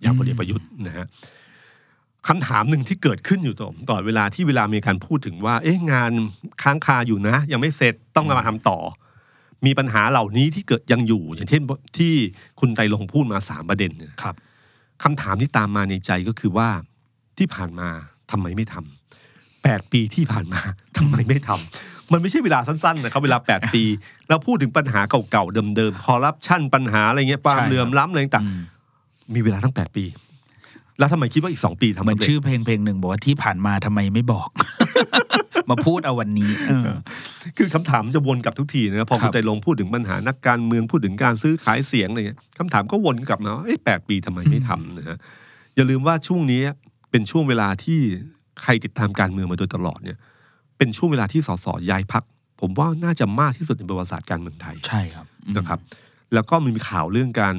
S2: อย่างพลเอกประยุทธ์นะฮะคำถามหนึ่งที่เกิดขึ้นอยู่ตลอดตลอดเวลาที่เวลามีการพูดถึงว่า เอ๊ะงานค้างคาอยู่นะ ยังไม่เสร็จต้องมาทำต่อ มีปัญหาเหล่านี้ที่เกิดยังอยู่ อย่างเช่นที่คุณไตรลงค์พูดมาสามประเด็นเนี่ย
S3: ครับ
S2: คำถามที่ตามมาในใจก็คือว่าที่ผ่านมาทำไมไม่ทำแปดปีที่ผ่านมา (laughs) ทำไมไม่ทำมันไม่ใช่เวลาสั้นๆนะครับเวลาแป
S3: (laughs)
S2: ดปีเราพูดถึงปัญหาเก่าๆเดิมๆคอร์รัปชันปัญหาอะไรเงี้ยความ
S3: ใช่ครับ
S2: เหลื่อมล้ำอะไรต่างๆ
S3: อืม
S2: มีเวลาทั้ง 8 ปี แล้วทำไมคิดว่าอีก 2 ปีทำ
S3: เหมือน
S2: สำเร็จ
S3: ชื่อเพลงเพลงหนึ่งบอกว่าที่ผ่านมาทำไมไม่บอก (laughs) มาพูดเอาวันนี้เออ
S2: คือคำถามจะวนกลับทุกทีนะครับพอ
S3: ครั
S2: คุ
S3: บ
S2: ณใจลงพูดถึงปัญหานักการเมืองพูดถึงการซื้อขายเสียงอะไรเงี้ยคำถามก็วนกลับมาว่าเอ๊ะแปดปีทำไมไม่ทำนะฮะอย่าลืมว่าช่วงนี้เป็นช่วงเวลาที่ใครติดตามการเมืองมาโดยตลอดเนี่ย เป็นช่วงเวลาที่สสย้ายพัก ผมว่าน่าจะมากที่สุดในประวัติศาสตร์การเมืองไทย
S3: ใช่ครับอืม
S2: นะครับ แล้วก็มันมีข่าวเรื่องการ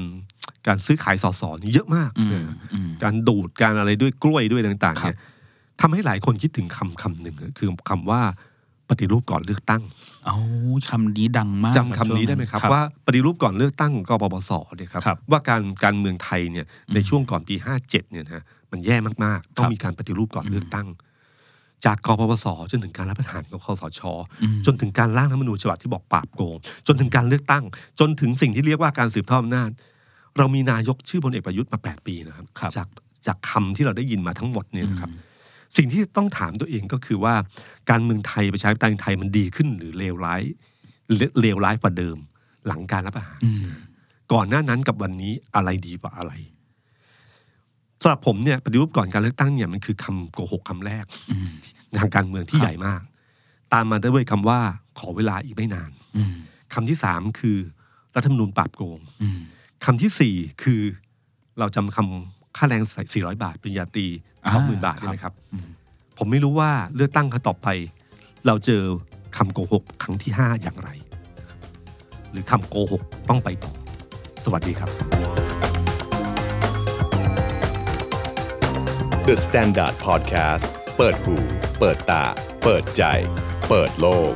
S2: การซื้อขายสสนี่เยอะมาก
S3: อืม
S2: นะฮะ
S3: อืม
S2: การดูดการอะไรด้วยกล้วยด้วยต่างๆ
S3: ครับ
S2: เนี่ยทำให้หลายคนคิดถึงคำคำหนึ่งอะคือคำว่าปฏิรูปก่อนเลือกตั้ง
S3: เอาคำนี้ดังมาก
S2: จำคำนี้ได้ไหมครับ ว่าปฏิรูปก่อนเลือกตั้งกปปสเนี่ยครับ
S3: ครับ
S2: ว่าการการเมืองไทยเนี่ยในช่วงก่อนปี 57เนี่ยนะฮะมันแย่มากๆ ต้อ
S3: ครั
S2: ง
S3: บ
S2: มีการปฏิรูปก่อนเลือกตั้ง จากกปปสจนถึงการรับประทานของคอสช
S3: อืม
S2: จนถึงการร่างรัฐธรรมนูญฉบับที่บอกปราบโกง จนถึงการเลือกตั้ง จนถึงสิ่งที่เรียกว่าการสืบทอดอำนาจ เรามีนายกชื่อพลเอกประยุทธ์มา 8 ปีนะครับ
S3: ครับ
S2: จากจากคำที่เราได้ยินมาทั้งหมดเนี่ยนะครับ สิ่งที่ต้องถามตัวเองก็คือว่าการเมืองไทยประชาธิปไตยไทยมันดีขึ้นหรือเลวร้ายเลเลวร้ายกว่าเดิม หลังการรับประหาร
S3: อืม
S2: ก่อนหน้านั้นกับวันนี้อะไรดีกว่าอะไรสำหรับผมเนี่ยปฏิรูปก่อนการเลือกตั้งเนี่ยมันคือคำโกหกคำแรก
S3: อืม
S2: ทางการเมืองที่
S3: ครับ
S2: ใหญ่มาก ตามมาด้วยคำว่าขอเวลาอีกไม่นาน
S3: อืม
S2: คำที่สามคือรัฐธรรมนูญปราบโกง
S3: อืม
S2: คำที่สี่คือเราจำคำค่าแรงใส่ 400 บาทปริญญาตรี
S3: อ่า
S2: สองหมื่นบาทใช่ไหมครับ
S3: อืม
S2: ผมไม่รู้ว่าเลือกตั้งครั้งต่อไป เราเจอคำโกหกครั้งที่ห้าอย่างไรนะครับหรือคำโกหกต้องไปต่อ สวัสดีครับ
S1: The Standard Podcast เปิดหู เปิดตา เปิดใจ เปิดโลก